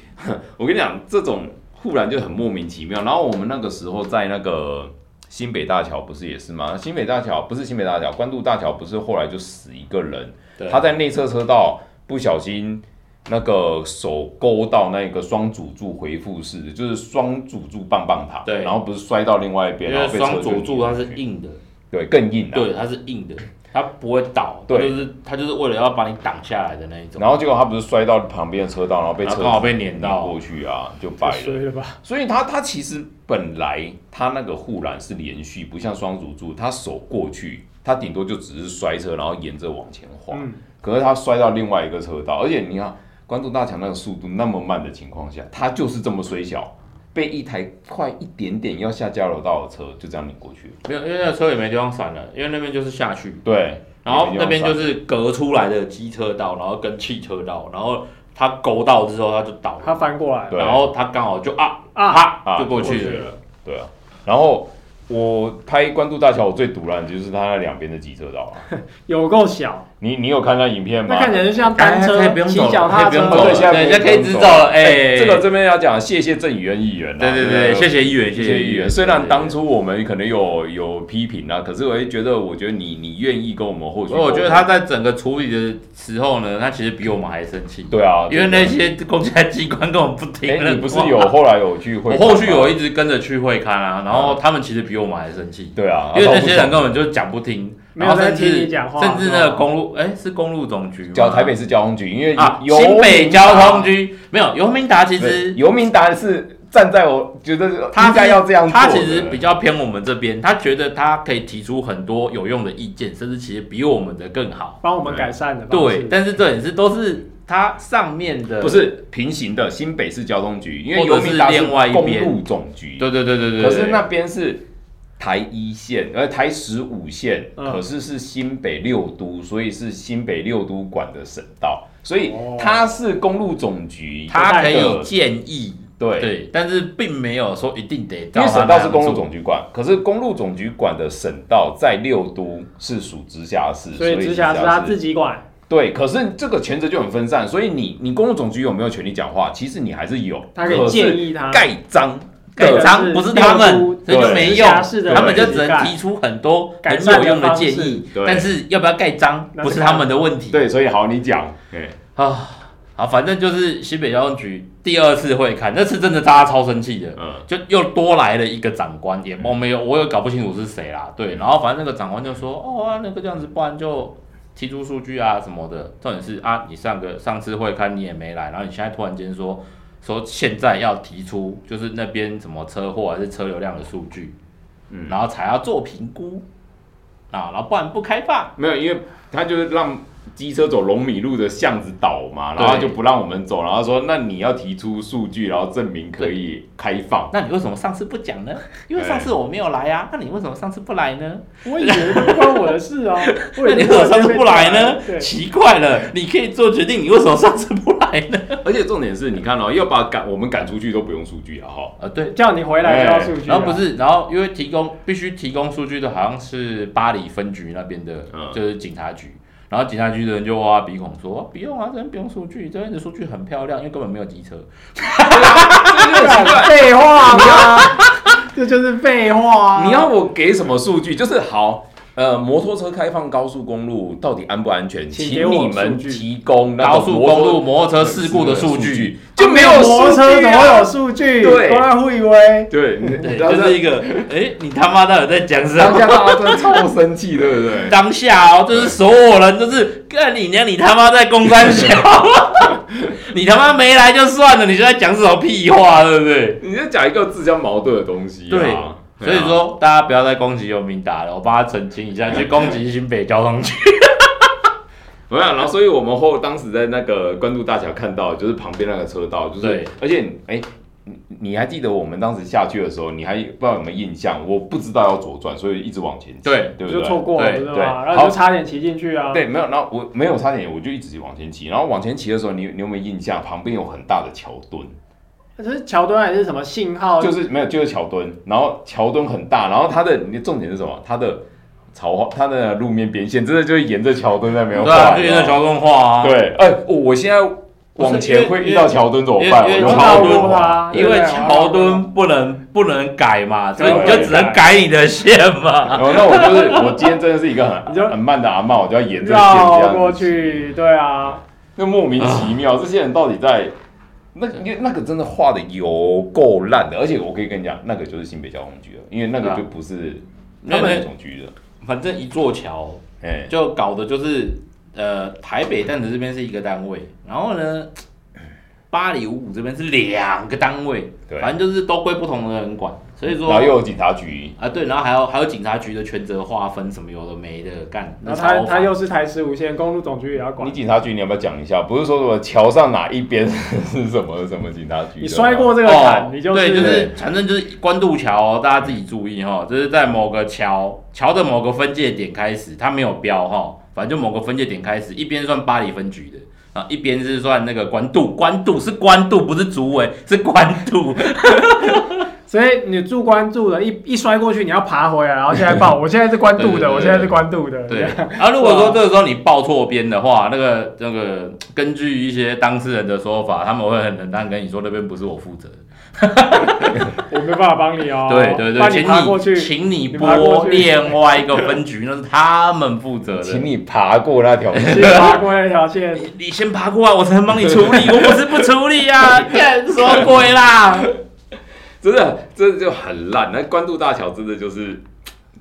S1: 我跟你讲，这种忽然就很莫名其妙。然后我们那个时候在那个新北大桥不是也是吗？新北大桥不是新北大桥，关渡大桥不是后来就死一个人，
S3: 对
S1: 他在内侧车道不小心。那个手勾到那个双主柱回复式，就是双主柱棒棒糖，
S3: 对
S1: 然后不是摔到另外一
S3: 因
S1: 边，然
S3: 为
S1: 后被
S3: 双
S1: 车
S3: 佐
S1: 就
S3: 助它是硬的，
S1: 对更硬啊，
S3: 对，它是硬的，它不会倒，它
S1: 对
S3: 就是它就是为了要把你挡下来的那一种，
S1: 然后结果他不是摔到旁边的车道，然后被
S3: 然后
S1: 车
S3: 刚好被碾
S1: 碾
S3: 到，
S1: 过去啊，就掰
S2: 太
S1: 了。
S2: 衰了吧？
S1: 所以他他其实本来他那个护栏是连续，不像双足柱，他手过去，他顶多就只是摔车，然后沿着往前滑。
S2: 嗯，
S1: 可是他摔到另外一个车道，而且你看关渡大桥那个速度那么慢的情况下，他就是这么衰小，被一台快一点点要下交流道的车就这样碾过去了。
S3: 没有，因为那个车也没地方闪了，因为那边就是下去，
S1: 对，
S3: 然后那边
S1: 也没地方
S3: 就
S1: 闪
S3: 是隔出来的机车道，然后跟汽车道，然后它勾到之后它就倒
S2: 它
S3: 了，
S2: 翻过来
S1: 对
S3: 然后它刚好就啊
S2: 啊，
S3: 啪
S1: 啊
S3: 就过去
S2: 就过去
S3: 了，
S1: 对啊，然后。我拍关渡大桥，我最堵烂的就是它那两边的机车道啊。
S2: 有够小，
S1: 你你有看那影片吗？
S2: 那看起来就像单车
S3: 哎可以不用
S2: 骑
S3: 走了
S2: 脚踏
S3: 可以不用
S2: 车。哦
S3: 走
S1: 嗯
S3: 了
S1: 对，现在
S3: 对现在可以直
S1: 走
S3: 走了哎
S1: 这个这边要讲，谢谢郑宇恩议员啊。
S3: 对哎对对，谢
S1: 谢
S3: 谢议员，
S1: 谢
S3: 谢
S1: 谢
S3: 议
S1: 议
S3: 员。
S1: 员。虽然
S3: 对
S1: 当，初我们可能有有批评啊，可是我会觉得，我觉得你你愿意跟我们后续
S3: 对所以
S1: 沟通，
S3: 我觉得他在整个处理的时候呢，他其实比我们还生气，
S1: 对啊，
S3: 因
S1: 对
S3: 为那些公家机关根本不听
S1: 哎，
S3: 了。
S1: 你不是有后来有去会
S3: 我
S1: 看吗，
S3: 后续有一直跟着去会刊啊，然后他们其实比我们还生气，
S1: 对啊，
S3: 因为
S1: 然后
S3: 那
S1: 不
S3: 些
S1: 爽
S3: 人根本就讲不听，
S2: 没
S3: 然
S2: 有
S3: 后甚
S2: 在听
S3: 至
S2: 你讲话哦
S3: 甚至
S2: 对
S3: 那
S2: 吧
S3: 个公路，哎，是公路总局吗，
S1: 叫台北市交通局，因为
S3: 啊，
S1: 游
S3: 新北
S1: 民
S3: 交
S1: 达
S3: 通局没有尤明达，其
S1: 对
S3: 实
S1: 游民达是站在我觉得
S3: 他
S1: 应该
S3: 是
S1: 要这样做的，
S3: 他其实比较偏我们这边，他觉得他可以提出很多有用的意见，甚至其实比我们的更好。
S2: 帮我们改善的方式。
S3: 对，但是这也是都是他上面的，
S1: 不是平行的新北市交通局，因为
S3: 或者
S1: 游
S3: 是
S1: 民达是
S3: 另外一
S1: 公
S3: 边
S1: 路总局，
S3: 对？对对对对对。
S1: 可是那边是台一线，而台十五线，
S2: 嗯
S1: 可是是新北六都，所以是新北六都管的省道，所以
S2: 哦
S1: 它是公路总局，
S3: 他可以
S1: 的
S3: 建议，
S1: 对。
S3: 对，但是并没有说一定得
S1: 因
S3: 照
S1: 为
S3: 他那
S1: 省
S3: 样做。
S1: 道是公路总局管，可是公路总局管的省道在六都是属直辖市，
S2: 所以直辖市他自己管，
S1: 对，可是这个权责就很分散，所以你你公路总局有没有权利讲话？其实你还是有，
S2: 他可以
S1: 是
S2: 建议他
S1: 盖章
S3: 盖
S2: 对
S3: 章不是他们，所
S2: 对
S3: 以就没
S2: 直
S3: 用
S2: 辖市，的
S3: 他们就只
S2: 改
S3: 能提出很多
S2: 改
S3: 很
S2: 善
S3: 有
S2: 的
S3: 用的
S2: 方
S3: 建
S2: 式
S3: 议
S1: 对，
S3: 但是要不要盖章
S2: 那
S3: 不
S2: 是
S3: 是
S2: 他
S3: 他们的问题。
S1: 对，所以好，你讲，哎对，
S3: 啊，好，反正就是新北交通局第二次会看，那次真的大家超生气的，
S1: 嗯，
S3: 就又多来了一个长官，也我没有，我也搞不清楚是谁啦。对，然后反正那个长官就说，哦啊，那个这样子，不然就提出数据啊什么的。重点是啊，你上个上次会看你也没来，然后你现在突然间说说现在要提出，就是那边什么车祸还是车流量的数据，
S1: 嗯
S3: 然后才要做评估啊，然后不然不开放。
S1: 没有，因为他就是让机车走龙米路的巷子倒嘛，
S3: 对
S1: 然后他就不让我们走，然后说那你要提出数据，然后证明可以开放。
S3: 那你为什么上次不讲呢？因为上次我没有来啊。那你为什么上次不来呢？
S2: 我以为不关我的事 哦。我
S3: 那
S2: 以
S3: 你
S2: 为
S3: 为什么上次不来
S2: 对
S3: 呢？，奇怪了，你可以做决定，你为什么上次不来 呢？
S1: 而且重点是，你看哦，要把赶我们赶出去都不用数据了啊哈。
S3: 呃，对。
S2: 叫你回来就要数据啊。
S3: 然哎后不是，然后因为提供必须提供数据的，好像是巴黎分局那边的，
S1: 嗯
S3: 就是警察局。然后警察局的人就挖鼻孔说：“不用啊，这边不用数据，这边的数据很漂亮，因为根本没有机车。
S2: 干哎废话吗？ 这就是废话啊。
S1: 你要我给什么数据？就是好。呃，摩托车开放高速公路到底安不安全？
S2: 请
S1: 请
S2: 给我
S1: 你们
S2: 数据
S1: 提供那个
S3: 高速
S1: 摩托
S3: 公路摩托车事故的数据，
S1: 就没有
S2: 摩托车
S1: 数据
S2: 怎
S1: 啊
S2: 么有数据？
S1: 对
S2: 光在互以为
S1: 对，
S3: 对，
S1: 你
S3: 就是一个，哎，你他妈到底在讲什么？”
S1: 当下大家真的超生气，对不对？
S3: 当下哦，就是所有人就是干你娘，你他妈在公山小， 你他妈没来就算了，你就在讲什么屁话，对不对？
S1: 你在讲一个自相矛盾的东西、啊，
S3: 对
S1: 啊
S3: 所以说，大家不要再攻击游民达了，我帮他澄清一下，去攻击新北交通局。
S1: 没有，啊然后所以我们后当时在那个关渡大桥看到，就是旁边那个车道，就是
S3: 对，
S1: 而且你哎、你你还记得我们当时下去的时候，你还不知道有没有印象？我不知道要左转，所以一直往前骑，
S3: 对
S1: 对不
S2: 就
S1: 对？
S2: 错过了，
S3: 对
S2: 不是
S1: 对
S2: 吗？然后
S1: 好
S2: 就差点骑进去啊。
S1: 对，没有，然后我没有差点，我就一直往前骑，然后往前骑的时候，你你有没有印象？旁边有很大的桥墩，
S2: 可是桥墩还是什么信号？
S1: 就是没有，就是桥墩，然后桥墩很大，然后它的你的重点是什么？它的草，它的路面边线真的就是沿着桥墩在没有
S3: 对啊，
S1: 画，
S3: 就沿着桥盾画啊，，
S1: 对，哎、我我现在往前会遇到桥墩怎么办？
S3: 因为
S1: 我就
S3: 因为
S2: 我
S1: 跑
S2: 绕
S3: 桥
S2: 过
S3: 墩
S2: 它，啊对不
S3: 因为
S2: 对
S3: 桥墩不能不能改嘛，所以你就
S2: 对
S3: 只能改你的线嘛。
S1: 哦，那我就是我今天真的是一个很
S2: 你就
S1: 很慢的阿嬷，我就要沿着线这
S2: 绕
S1: 样
S2: 过
S1: 子，
S2: 去，对啊。
S1: 那莫名其妙，这些人到底在那那那个真的画的有够烂的，而且我可以跟你讲，那个就是新北交通局了，因为那
S3: 对
S1: 个
S3: 啊
S1: 就不是
S3: 那
S1: 他们那
S3: 那
S1: 种局的，
S3: 反正一座桥
S1: 哎、
S3: 就搞的就是呃台北但子这边是一个单位，然后呢巴黎五五这边是两个单位，
S1: 对，然
S3: 反正就是都归不同的人管，所以说
S1: 后又有警察局，
S3: 啊对，然后还有还有警察局的权责划分什么有的没的干，那
S2: 然后他
S3: 超烦
S2: 他又是台十五线公路总局也要管
S1: 你。警察局你要不要讲一下？不是说什么桥上哪一边 是什么什么警察局？
S2: 你摔过这个
S3: 哦
S2: 坎，你就
S3: 对，就是是反正就是关渡桥、哦，大家自己注意哈、哦，就是在某个桥桥的某个分界点开始，它没有标哈、哦，反正就某个分界点开始，一边算巴黎分局的。啊，一边是算那个关渡，关渡是关渡，不是竹围，是关 渡。
S2: 所以你住关渡的，一一摔过去，你要爬回来，然后现在 报，我现在是关渡
S3: 对对
S2: 的，
S3: 对
S2: 我现在是关渡的，
S3: 对，啊，如果说这个时候你报错边的话，那个那个根据一些当事人的说法，他们会很冷淡跟你说那边不是我负责的。
S2: 我没办法帮你哦。
S3: 对对对，
S2: 帮你爬过
S3: 请
S2: 去
S3: 你，请你
S2: 你爬过
S3: 拨
S2: 去
S3: 另外一个分局，那是他们负责的。
S1: 请你爬过那条
S2: 先爬过那条线。
S3: 你你先爬过来，我才能帮你处理。我不是不处理啊， 干什么鬼 啦？
S1: 真的，真的就很烂。那关渡大桥真的就是，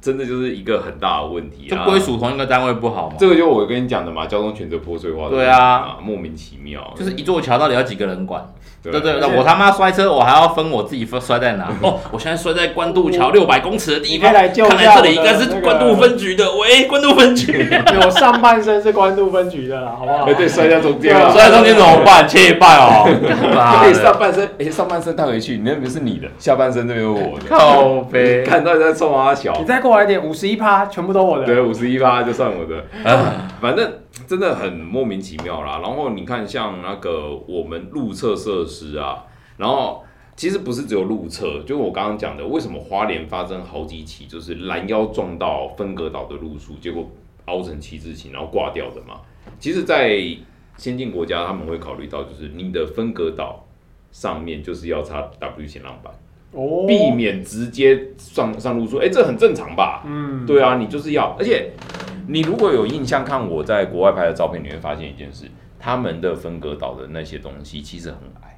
S1: 真的就是一个很大的问题
S3: 就
S1: 啊。
S3: 归属同一个单位不好嘛？
S1: 这个就我跟你讲的嘛，交通权责破碎化的问题。
S3: 对啊
S1: 莫名其妙。
S3: 就是一座桥到底要几个人管？
S1: 对
S3: 对对
S2: 而且
S3: 对，我他妈摔车，我还要分我自己分摔在 哪？哦，我现在摔在关渡桥六百公尺的地
S2: 你
S3: 方
S2: 可以，来救一
S3: 看
S2: 下
S3: 来这
S2: 我的
S3: 里应该是
S2: 那个
S3: 关渡分局的。 喂，关渡分 局，
S2: 对我上半身是关渡分局的啦，好不好
S1: 哎，？对，摔在中间
S2: 对
S1: 了
S2: 啊。
S3: 摔在中间怎么办？切一半 哦，干嘛
S1: 哎，
S3: 的？
S1: 上半身，哎，上半身带回去，你那边是你的，下半身这边是我 的。
S3: 靠呗，
S1: 看到底在冲阿小
S2: 你，再过来一点，五十一趴全部都我的。
S1: 对，五十一趴就算我的。
S3: 啊
S1: 反正真的很莫名其妙啦。然后你看，像那个我们路测设施啊，然后其实不是只有路测，就我刚刚讲的，为什么花莲发生好几起就是拦腰撞到分隔岛的路数，结果凹成七字形，然后挂掉的嘛？其实，在先进国家他们会考虑到，就是你的分隔岛上面就是要插 W 前浪板，
S2: 哦
S1: 避免直接上上路数，哎、这很正常吧？
S2: 嗯，
S1: 对啊，你就是要，而且你如果有印象看我在国外拍的照片，你会发现一件事，他们的分隔岛的那些东西其实很矮。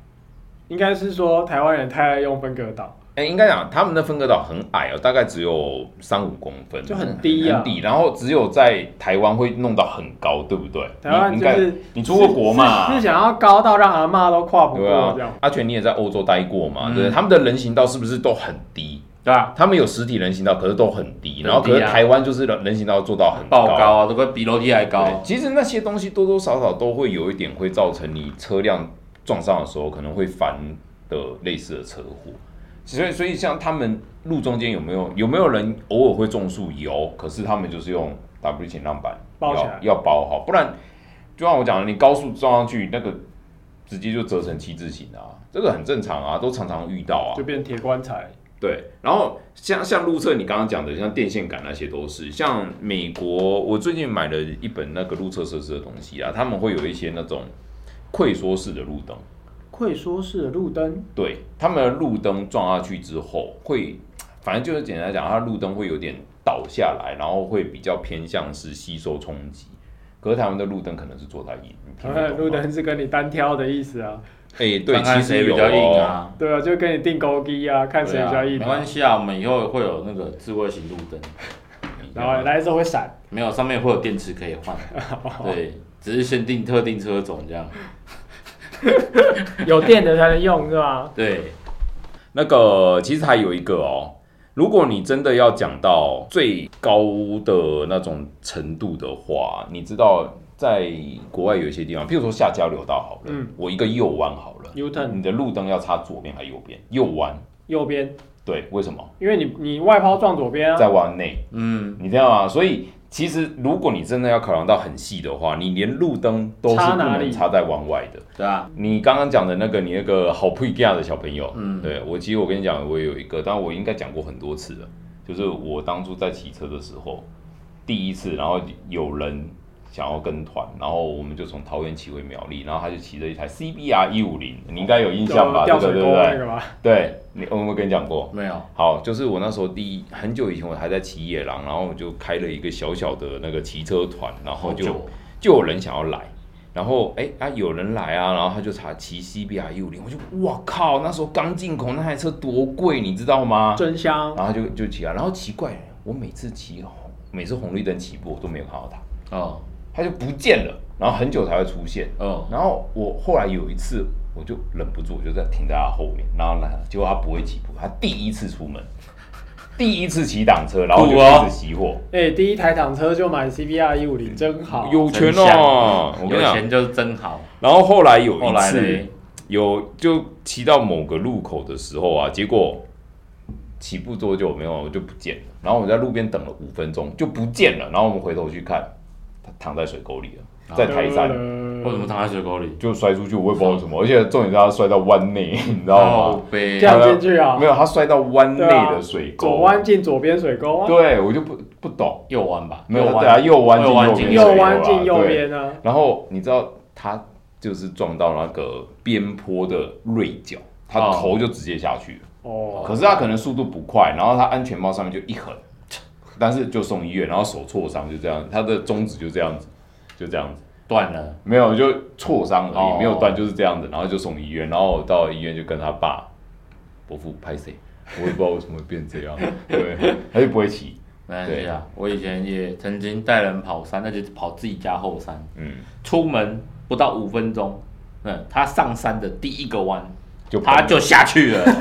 S2: 应该是说台湾人太爱用分隔岛，
S1: 哎、应该讲他们的分隔岛很矮哦，大概只有三五公分，
S2: 就很低啊
S1: 很低。然后只有在台湾会弄到很高，对不对？
S2: 台湾
S1: 你应
S2: 就
S1: 该
S2: 是
S1: 你出过国嘛
S2: 是是？想要高到让阿嬷都跨不
S1: 对
S2: 过
S1: 啊
S2: 这样。，
S1: 阿全你也在欧洲待过嘛？
S3: 嗯
S1: 对，他们的人行道是不是都很低？
S3: 对啊，
S1: 他们有实体人行道，可是都很低。然后可
S3: 很
S1: 是
S3: 低啊
S1: 台湾就是人人行道做到很
S3: 爆高啊，都快比楼梯还
S1: 对
S3: 高，。
S1: 其实那些东西多多少少都会有一点会造成你车辆撞上的时候可能会翻的类似的车祸。所以，所以像他们路中间有没有有没有人偶尔会中树有，可是他们就是用 W 前浪板
S2: 包起来
S1: 要要包好，不然就像我讲的，你高速撞上去那个直接就折成七字形啊，这个很正常啊，都常常遇到啊。
S2: 就变铁棺材，
S1: 对，然后像像路测，你刚刚讲的，像电线杆那些都是，像美国，我最近买了一本那个路测设施的东西啊，他们会有一些那种溃缩式的路灯，
S2: 溃缩式的路灯，
S1: 对，他们的路灯撞下去之后会，反正就是简单讲，它路灯会有点倒下来，然后会比较偏向是吸收冲击。可是台湾的路灯可能是做太硬，你听
S2: 台
S1: 得
S2: 湾的
S1: 懂
S2: 哎路
S1: 吗，
S2: 灯是跟你单挑的意思啊，
S1: 哎、对，
S3: 看看
S1: 其
S3: 谁
S1: 实有
S3: 比较
S1: 哦
S3: 硬，啊。
S2: 对啊，就跟你定钩机啊，看谁
S3: 对
S2: 比较
S3: 啊，
S2: 硬
S3: 没
S2: 啊，
S3: 关系啊，我们以后会有那个智慧型路灯，
S2: 然后来的时候会 闪，
S3: 没有上面会有电池可以换，对，只是限定特定车种这样。
S2: 有电的才能用是吧？
S3: 对，
S1: 那个其实还有一个哦，如果你真的要讲到最高的那种程度的话，你知道在国外有一些地方，譬如说下交流道好了，
S2: 嗯
S1: 我一个右弯好了
S2: U turn
S1: 你的路灯要插左边还右边？右弯，
S2: 右边，
S1: 对，为什么？
S2: 因为你你外抛撞左边啊，
S1: 在弯内，
S3: 嗯，
S1: 你知道吗？所以其实如果你真的要考量到很细的话，你连路灯都是
S2: 插
S1: 不
S2: 哪里
S1: 能插在弯外的。
S3: 对啊，
S1: 你刚刚讲的那个，你那个好配架的小朋友，
S3: 嗯
S1: 对我其实我跟你讲，我也有一个，但我应该讲过很多次了，就是我当初在骑车的时候，第一次，然后有人想要跟团，然后我们就从桃园骑回苗栗，然后他就骑着一台 CBR 一五零，你应该有印象吧？
S2: 掉
S1: 这个
S2: 水
S1: 对
S2: 沟
S1: 不
S2: 那
S1: 对？
S2: 个吧，
S1: 对，你我有没有跟你讲过？
S3: 没有，
S1: 好，就是我那时候第一很久以前我还在骑野狼，然后我就开了一个小小的那个骑车团，然后就
S3: 久
S1: 就有人想要来，然后哎、啊有人来啊，然后他就查骑 CBR 1 5 0我就哇靠，那时候刚进口那台车多贵，你知道吗？
S2: 真香，
S1: 然后就就骑啊，然后奇怪，我每次骑红每次红绿灯起步我都没有看到他，
S3: 哦
S1: 他就不见了，然后很久才会出现。
S3: 哦，
S1: 然后我后来有一次，我就忍不住，我就在停在他后面，然后呢，结果他不会起步，他第一次 出门，第一次骑挡车，然后我就
S3: 酷哦
S1: 开始熄火，
S2: 哎，第一台挡车就买 CBR 一五零，真好，
S1: 有钱
S3: 真香
S1: 哦、我跟
S3: 有
S1: 你讲。
S3: 钱就是真好。
S1: 然后后来有
S3: 后
S1: 一
S3: 来
S1: 次
S3: 嘞，，
S1: 有就骑到某个路口的时候啊，结果骑不多久没有，我就不见了。然后我在路边等了五分钟，就不见了。然后我们回头去看，他躺在水沟里了，在台山。
S3: 为什么躺在水沟里？
S1: 就摔出去，我也不知道为什么，而且重点是他摔到湾内，你知道吗？
S3: 呗
S2: 这，样进去啊
S1: 没？有，他摔到湾内
S2: 对啊
S1: 的水沟。
S2: 左弯进左边水沟啊，
S1: 对，我就不不懂，
S3: 右弯吧，
S1: 没有，对啊，
S3: 弯，
S1: 右弯进边水
S3: 右弯进
S2: 右
S1: 沟啊，
S2: 弯进右
S1: 对。
S2: 边啊，
S1: 然后你知道他就是撞到那个边坡的锐角，他
S3: 哦
S1: 头就直接下去了。
S2: 哦，
S1: 可是他可能速度不快，然后他安全帽上面就一横，但是就送医院，然后手挫伤就这样，他的中指就这样子，就这样子，
S3: 断了，
S1: 没有就挫伤而
S3: 哦
S1: 已，没有断就是这样子，然后就送医院，然后我到医院就跟他爸伯父拍谁，我也不知道为什么会变这样，对，他就不会骑，
S3: 没关系啊。我以前也曾经带人跑山，那就是跑自己家后山，
S1: 嗯，
S3: 出门不到五分钟，嗯，他上山的第一个弯，
S1: 就
S3: 他就下去了。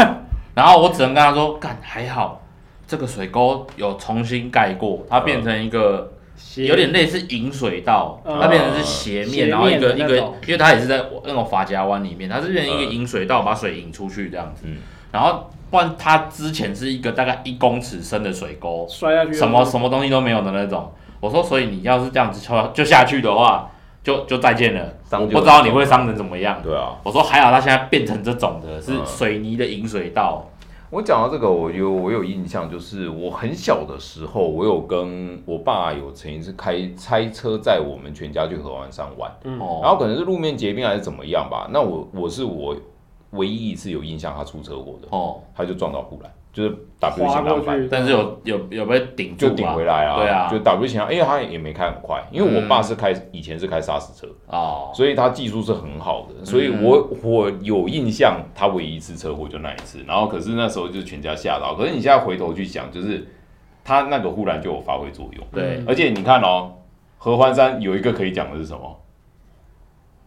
S3: 然后我只能跟他说，干还好，这个水沟有重新盖过，它变成一个
S2: 斜
S3: 有点类似引水道，
S2: 嗯
S3: 它变成是斜面，
S2: 斜面
S3: 然后一个
S2: 的
S3: 一
S2: 那
S3: 个
S2: 种，
S3: 因为它也是在那种法夹湾里面，它是变成一个
S1: 嗯
S3: 引水道，把水引出去这样子。
S1: 嗯
S3: 然后不然它之前是一个大概一公尺深的水沟，
S2: 摔下去
S3: 什么什么东西都没有的那种。我说，所以你要是这样子就就下去的话，就就再见了。
S1: 伤
S3: 我
S1: 就
S3: 不知道你会伤成怎么样。
S1: 对啊，
S3: 我说还好，它现在变成这种的，是
S1: 嗯
S3: 水泥的引水道。
S1: 我讲到这个，我有我有印象，就是我很小的时候，我有跟我爸有曾一次开拆车载我们全家去河湾上玩，
S2: 嗯
S1: 然
S3: 哦，
S1: 后可能是路面结冰还是怎么样吧。那我我是我唯一一次有印象他出车祸的，
S3: 哦，
S1: 他就撞到护栏，就是 W
S2: 滑
S1: 型
S2: 过
S1: 浪板
S2: 去，
S3: 但是有有有被顶
S1: 就
S3: 住吧
S1: 顶回来啊，
S3: 对啊嗯
S1: 就 W 型浪，因为他也没开很快，因为我爸是开、以前是开砂石车，
S3: 哦，
S1: 所以他技术是很好的，所以我
S3: 嗯
S1: 我有印象，他唯一一次车祸就那一次，然后可是那时候就是全家吓到，可是你现在回头去想，就是他那个忽然就有发挥作用，
S3: 对
S2: 嗯
S1: 而且你看哦，合欢山有一个可以讲的是什么？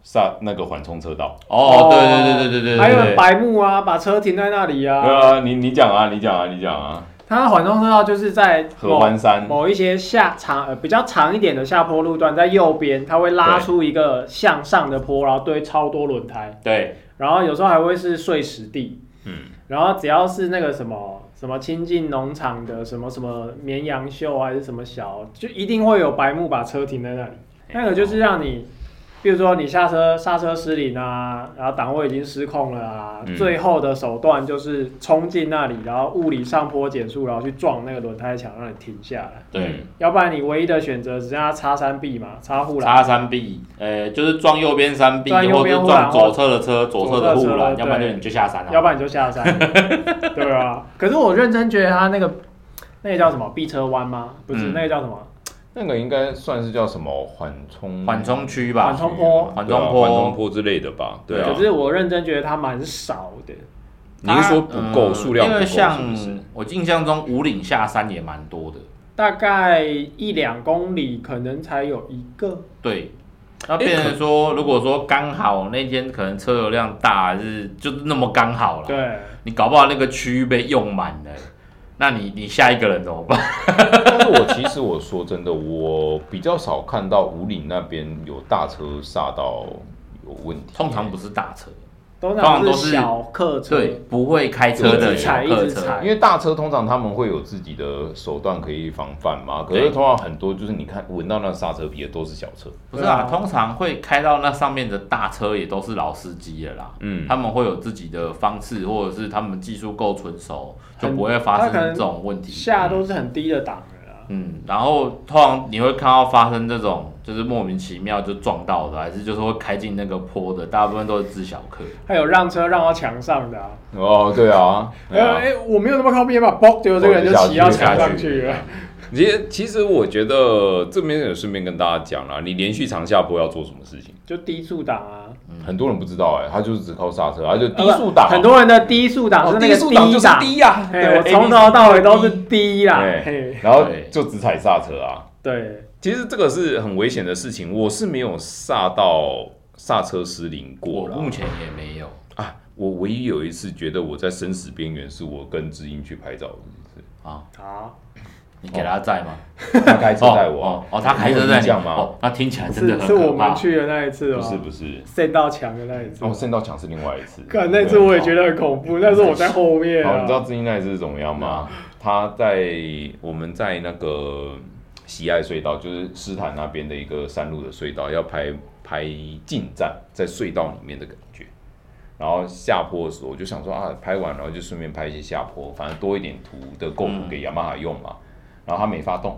S1: 刹那个缓冲车道，
S3: 哦，对对对对对对对，
S2: 还有
S3: 对
S2: 白幕啊，把车停在那里
S1: 对
S2: 啊。
S1: 啊，你你讲啊，你讲啊，你讲啊，
S2: 它缓冲车道就是在
S1: 合
S2: 某
S1: 欢山，
S3: 哦
S2: 某一些下长呃比较长一点的下坡路段，在右边它会拉
S1: 对
S2: 出一个向上的坡，然后堆超多轮胎，
S3: 对
S2: 然后有时候还会是碎石地，
S1: 嗯，
S2: 然后只要是那个什么什么亲近农场的什么什么绵羊秀还是什么小，就一定会有白木把车停在那里，
S1: 哎
S2: 那个就是让你。
S1: 哦
S2: 比如说你下车刹车失灵啊，然后档位已经失控了啊，
S1: 嗯
S2: 最后的手段就是冲进那里，然后物理上坡减速，然后去撞那个轮胎墙，让你停下来。
S3: 对，
S2: 要不然你唯一的选择只剩下插山壁嘛，插护栏。
S3: 插山壁，呃，就是撞右边山壁，
S2: 撞右
S3: 或
S2: 边
S3: 者
S2: 护栏
S3: 撞左侧的车、左侧的
S2: 左侧的
S3: 护栏，
S2: 车
S3: 要不然就
S2: 对
S3: 你就下山了，啊
S2: 要不然你就 下山，对啊。可是我认真觉得他那个那个叫什么避车弯吗？不是，
S3: 嗯
S2: 那个叫什么
S1: 那个应该算是叫什么缓冲
S3: 缓冲区吧
S2: 缓，冲坡？
S3: 缓
S1: 对啊
S3: 冲坡
S1: 缓冲坡之类的吧，对啊
S2: 可。是我认真觉得它蛮少的，
S1: 你是说不够
S3: 嗯
S1: 数量不
S3: 因
S1: 够
S3: 为像
S1: 是不是？
S3: 我印象中五岭下山也蛮多的，
S2: 大概一两公里可能才有一个。
S3: 对。那变成说，如果说刚好那天可能车流量大，还是就是那么刚好啦。
S2: 对，
S3: 你搞不好那个区域被用满了，那你你下一个人怎么办？
S1: 但是我其实我说真的，我比较少看到五岭那边有大车煞到有问题。
S3: 通常不是大车，
S2: 通
S3: 通常
S2: 常
S3: 都
S2: 是
S3: 是
S2: 小客车，
S3: 对，不会开车
S2: 一
S3: 的
S2: 直
S3: 小
S2: 踩
S3: 客
S2: 一直踩
S3: 车，
S1: 因为大车通常他们会有自己的手段可以防范嘛，可
S3: 对
S1: 是通常很多就是你看闻到那刹车皮的都是小车，
S3: 不是啊，
S2: 对啊
S3: 通常会开到那上面的大车也都是老司机了啦。
S1: 嗯，
S3: 他们会有自己的方式，或者是他们技术够纯熟，就
S2: 很
S3: 不会发
S2: 他可
S3: 生
S2: 能
S3: 这种问题。
S2: 下都是很低的档了啊。
S3: 嗯，然后通常你会看到发生这种就是莫名其妙就撞到的，还是就是会开进那个坡的，大部分都是自小客。
S2: 还有让车让到墙上的、啊，
S1: 哦，对啊，对
S2: 呃，
S1: 啊
S2: 哎、我没有那么靠边吧，嘣，结果这个人就骑到墙上去了。
S1: 其实其实我觉得这边也顺便跟大家讲啦，你连续长下坡要做什么事情，
S2: 就低速档啊，
S1: 很多人不知道哎、他就是只靠刹车，他就低
S2: 呃
S1: 速档，
S2: 很多人的低速档
S1: 哦
S2: 是那
S1: 低
S2: 个
S1: 速档就是
S2: 档，
S1: 低呀、对，
S2: 嘿哎
S1: 哎
S2: 我从头到尾都是低啦，
S1: 对
S2: 嘿，
S1: 哎然后
S3: 对
S1: 就只踩刹车啊。
S2: 对，
S1: 其实这个是很危险的事情，我是没有刹到刹车失灵
S3: 我
S1: 过啦
S3: 目前也没有，
S1: 啊，我唯一有一次觉得我在生死边缘，是我跟知音去拍照的 那
S2: 好，
S3: 你给他载吗？
S1: 次，他开车带我啊、
S3: 哦哦，哦他开车
S1: 你有
S3: 载
S1: 印
S3: 你
S1: 象吗
S3: 哦，那听起来真
S2: 是
S3: 的很
S2: 是我
S3: 可怕
S2: 们。去的那一次哦，
S1: 不是不是，
S2: 陷到墙的那一次。
S1: 哦，圣道墙是另外一次，
S2: 看那次我也觉得很恐怖，那时候我在后面
S1: 好，你
S2: 啊
S1: 知。道知音那一次是怎么样吗？他在我们在那个喜爱隧道，就是斯坦那边的一个山路的隧道，要拍拍近战，在隧道里面的感觉。然后下坡的时候，我就想说啊，拍完然后就顺便拍一些下坡，反正多一点图的构图给雅马哈用嘛。然后他没发动，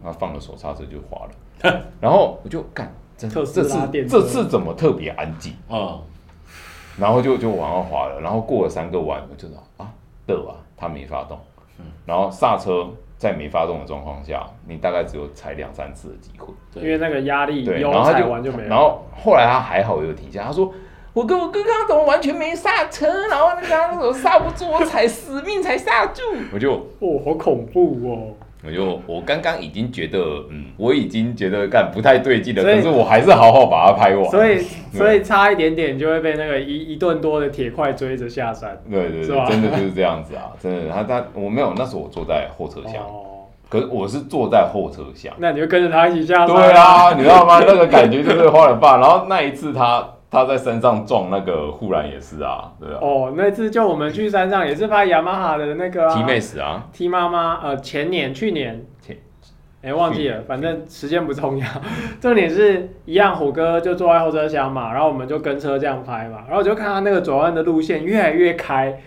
S1: 他放了手刹车就滑了。 然后我就干，真
S2: 特
S1: 这
S2: 斯拉
S1: 次
S2: 电车
S1: 这次怎么特别安静？
S3: 嗯，
S1: 然后就就往上滑了，然后过了三个弯，我就知道啊，的啊，它没发动，然后刹车在没发动的状况下，你大概只有踩两三次的机会，
S3: 对
S2: 因为那个压力
S1: 对，
S2: 有
S1: 然后他
S2: 踩
S1: 就
S2: 完就没有。
S1: 然后后来他还好有停下，他说。我跟我哥刚刚怎么完全没刹车，然后那个他那种刹不住，我踩死命才刹住。我就
S2: 哦，好恐怖哦
S1: 我就我刚刚已经觉得，嗯，我已经觉得干不太对劲了，
S2: 所以
S1: 可是我还是好好把它拍
S2: 哦！
S1: 完。
S2: 所以所以差一点点就会被那个一一顿多的铁块追着下山。
S1: 对对
S2: 是
S1: 对，
S2: 吧
S1: 真的就是这样子啊，真的。他他我没有，那时候我坐在后车厢，
S2: 哦，
S1: 可是我是坐在后车厢。
S2: 那你就跟着他一起下山。
S1: 对，啊，你知道吗？那个感觉就是花了爸。然后那一次他他在山上撞那个护栏也是啊，对啊，
S2: 哦，那次就我们去山上也是拍雅马哈的那个啊
S1: 提妹死啊，
S2: T 妈妈，呃，前年、去年、
S1: 前，
S2: 哎、忘记了，反正时间不重要。 重点是一样，虎哥就坐在后车厢嘛，然后我们就跟车这样拍嘛，然后我就看他那个转弯的路线越来越开，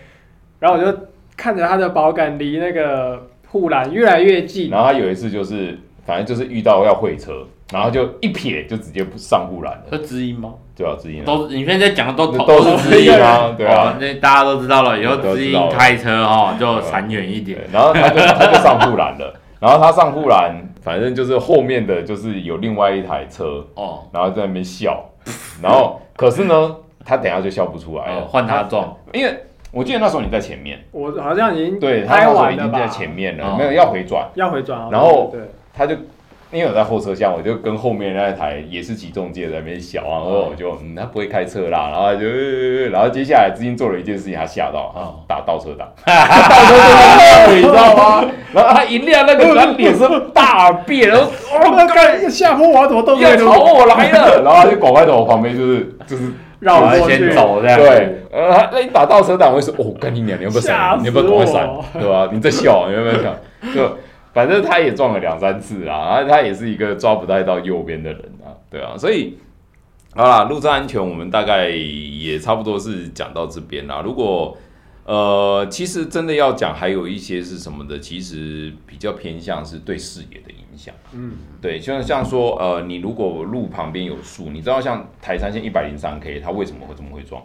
S2: 然后我就看着他的保杆离那个护栏越来越近，
S1: 然后他有一次就是反正就是遇到要会车，然后就一撇就直接不上护栏了，
S3: 是知音吗？
S1: 对啊，自己
S3: 都是你现在讲的都
S1: 都是知音啊，对
S3: 哦
S1: 啊。
S3: 那大家都知道了，以后
S1: 都
S3: 知
S1: 知
S3: 音
S1: 道了
S3: 开车哈就闪远一
S1: 对
S3: 点。
S1: 然后他就 他就上护栏了，然后他上护栏，反正就是后面的就是有另外一台车，
S3: 哦，
S1: 然后在那边笑，然后可是呢，他等一下就笑不出来
S3: 哦
S1: 了，
S3: 换他撞，
S1: 因为我记得那时候你在前面。
S2: 我好像已经
S1: 对他那
S2: 拍
S1: 时候
S2: 完
S1: 已
S2: 了
S1: 经
S2: 吧？
S1: 在前面
S3: 哦
S1: 了，没有要回转，
S2: 要回转啊，
S1: 然后
S2: 对对对
S1: 他就因为我在后车厢，我就跟后面那台也是骑中介的在那边笑啊，然后我就嗯他不会开车啦，然后他就、呃然后接下来资金做了一件事情，他吓到啊
S3: 哦
S1: 打倒车档，倒车档，你知道吗？然后他一亮那个，他脸色大变，然后
S2: 我
S1: 哦，
S2: 干下坡我要怎么动
S1: 要
S2: 这个
S1: 朝
S2: 路？
S1: 我来了，然后他就赶快从我旁边就是就是
S2: 绕
S3: 我要
S2: 过去
S3: 先。走这样。
S1: 对，呃，他那一打倒车档，我就说，哦，干你娘，你要不要闪？
S2: 吓死
S1: 你要不要赶快闪
S2: 我？
S1: 对吧？你在笑，你要不要闪？就反正他也撞了两三次啊，然后他也是一个抓不太到右边的人啊，对啊，所以。好啦，路障安全我们大概也差不多是讲到这边啦。如果呃，其实真的要讲，还有一些是什么的，其实比较偏向是对视野的影响。
S2: 嗯，
S1: 对，就像说呃，你如果路旁边有树，你知道像台山线一百零三 K，它为什么会这么会撞？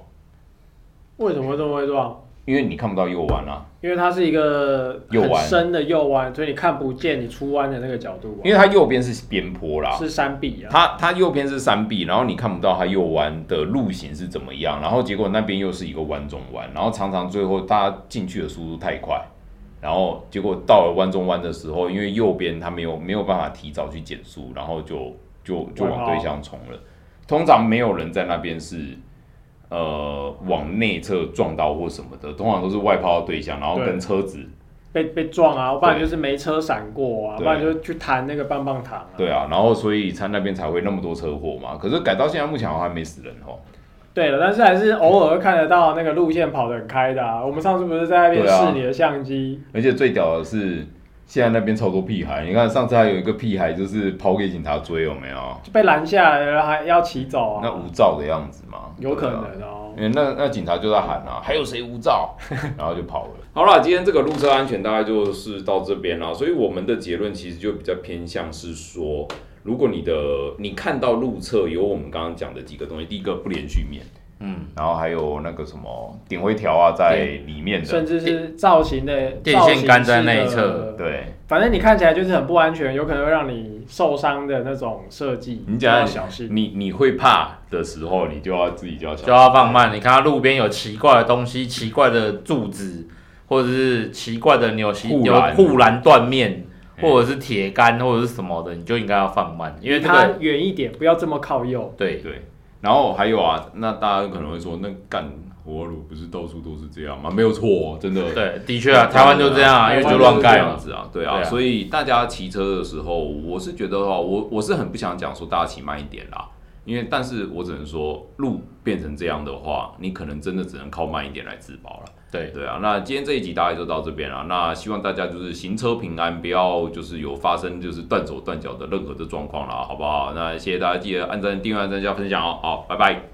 S2: 为什么会这么会撞？
S1: 因为你看不到右弯啊，
S2: 因为它是一个
S1: 右
S2: 很
S1: 弯
S2: 深的右弯，所以你看不见你出弯的那个角度啊、
S1: 因为它右边是边坡啦，
S2: 是山壁啊。
S1: 它它右边是山壁，然后你看不到它右弯的路型是怎么样，然后结果那边又是一个弯中弯，然后常常最后大家进去的速度太快，然后结果到了弯中弯的时候，因为右边它没有没有办法提早去减速，然后就就就往对向冲了。通常没有人在那边是呃往内侧撞到或什么的，通常都是外抛到对向，然后
S2: 对
S1: 跟车子
S2: 被被撞啊，不然就是没车闪过啊，不
S1: 对
S2: 然就去弹那个棒棒糖啊。
S1: 对啊，然后所以他那边才会那么多车祸嘛。可是改到现在目前好像还没死人哦。
S2: 对了，但是还是偶尔看得到那个路线跑得很开的啊。我们上次不是在那边
S1: 对啊
S2: 试你的相机？
S1: 而且最屌的是，现在那边超多屁孩。你看上次还有一个屁孩就是跑给警察追，有没有？
S2: 就被拦下来了，还要骑走
S1: 那
S2: 啊？
S1: 无照的样子嘛，
S2: 有可
S1: 对啊。
S2: 能哦。
S1: 因为那那警察就在喊啊，还有谁 无照？然后就跑了。
S5: 好啦，今天这个路车安全大概就是到这边啦，所以我们的结论其实就比较偏向是说，如果你的你看到路侧有我们刚刚讲的几个东西，第一个不连续面，
S3: 嗯，
S1: 然后还有那个什么点灰条啊，在里面
S2: 甚
S1: 的，
S2: 至是造型的
S3: 电线杆在内侧，
S1: 对
S2: 反正你看起来就是很不安全，有可能会让你受伤的那种设计，
S1: 你讲
S2: 要小心。
S1: 你你会怕的时候，你就要自己就要小
S3: 就
S1: 心。
S3: 要放慢。你看到路边有奇怪的东西、奇怪的柱子，或者是奇怪的纽西
S1: 护
S3: 有
S1: 栏
S3: 护栏断面，
S1: 嗯
S3: 或者是铁杆，或者是什么的，你就应该要放慢，因为这
S2: 它
S3: 个
S2: 远一点，不要这么靠右。
S3: 对
S1: 对，然后还有啊，那大家可能会说，那干火炉不是到处都是这样吗？没有错哦、真的。
S3: 对，的确啊，台湾就这样啊，因为就乱
S1: 这
S3: 盖
S1: 样
S3: 嘛。
S1: 子啊，对
S3: 对
S1: 啊，
S3: 啊
S1: 所以大家骑车的时候，我是觉得的话，我我是很不想讲说大家骑慢一点啦，因为但是我只能说路变成这样的话，你可能真的只能靠慢一点来自保了。
S3: 对，
S1: 对啊，那今天这一集大概就到这边了。那希望大家就是行车平安，不要就是有发生就是断手断脚的任何的状况啦，好不好？那谢谢大家，记得按赞、订阅、按赞加分享哦。好，拜拜。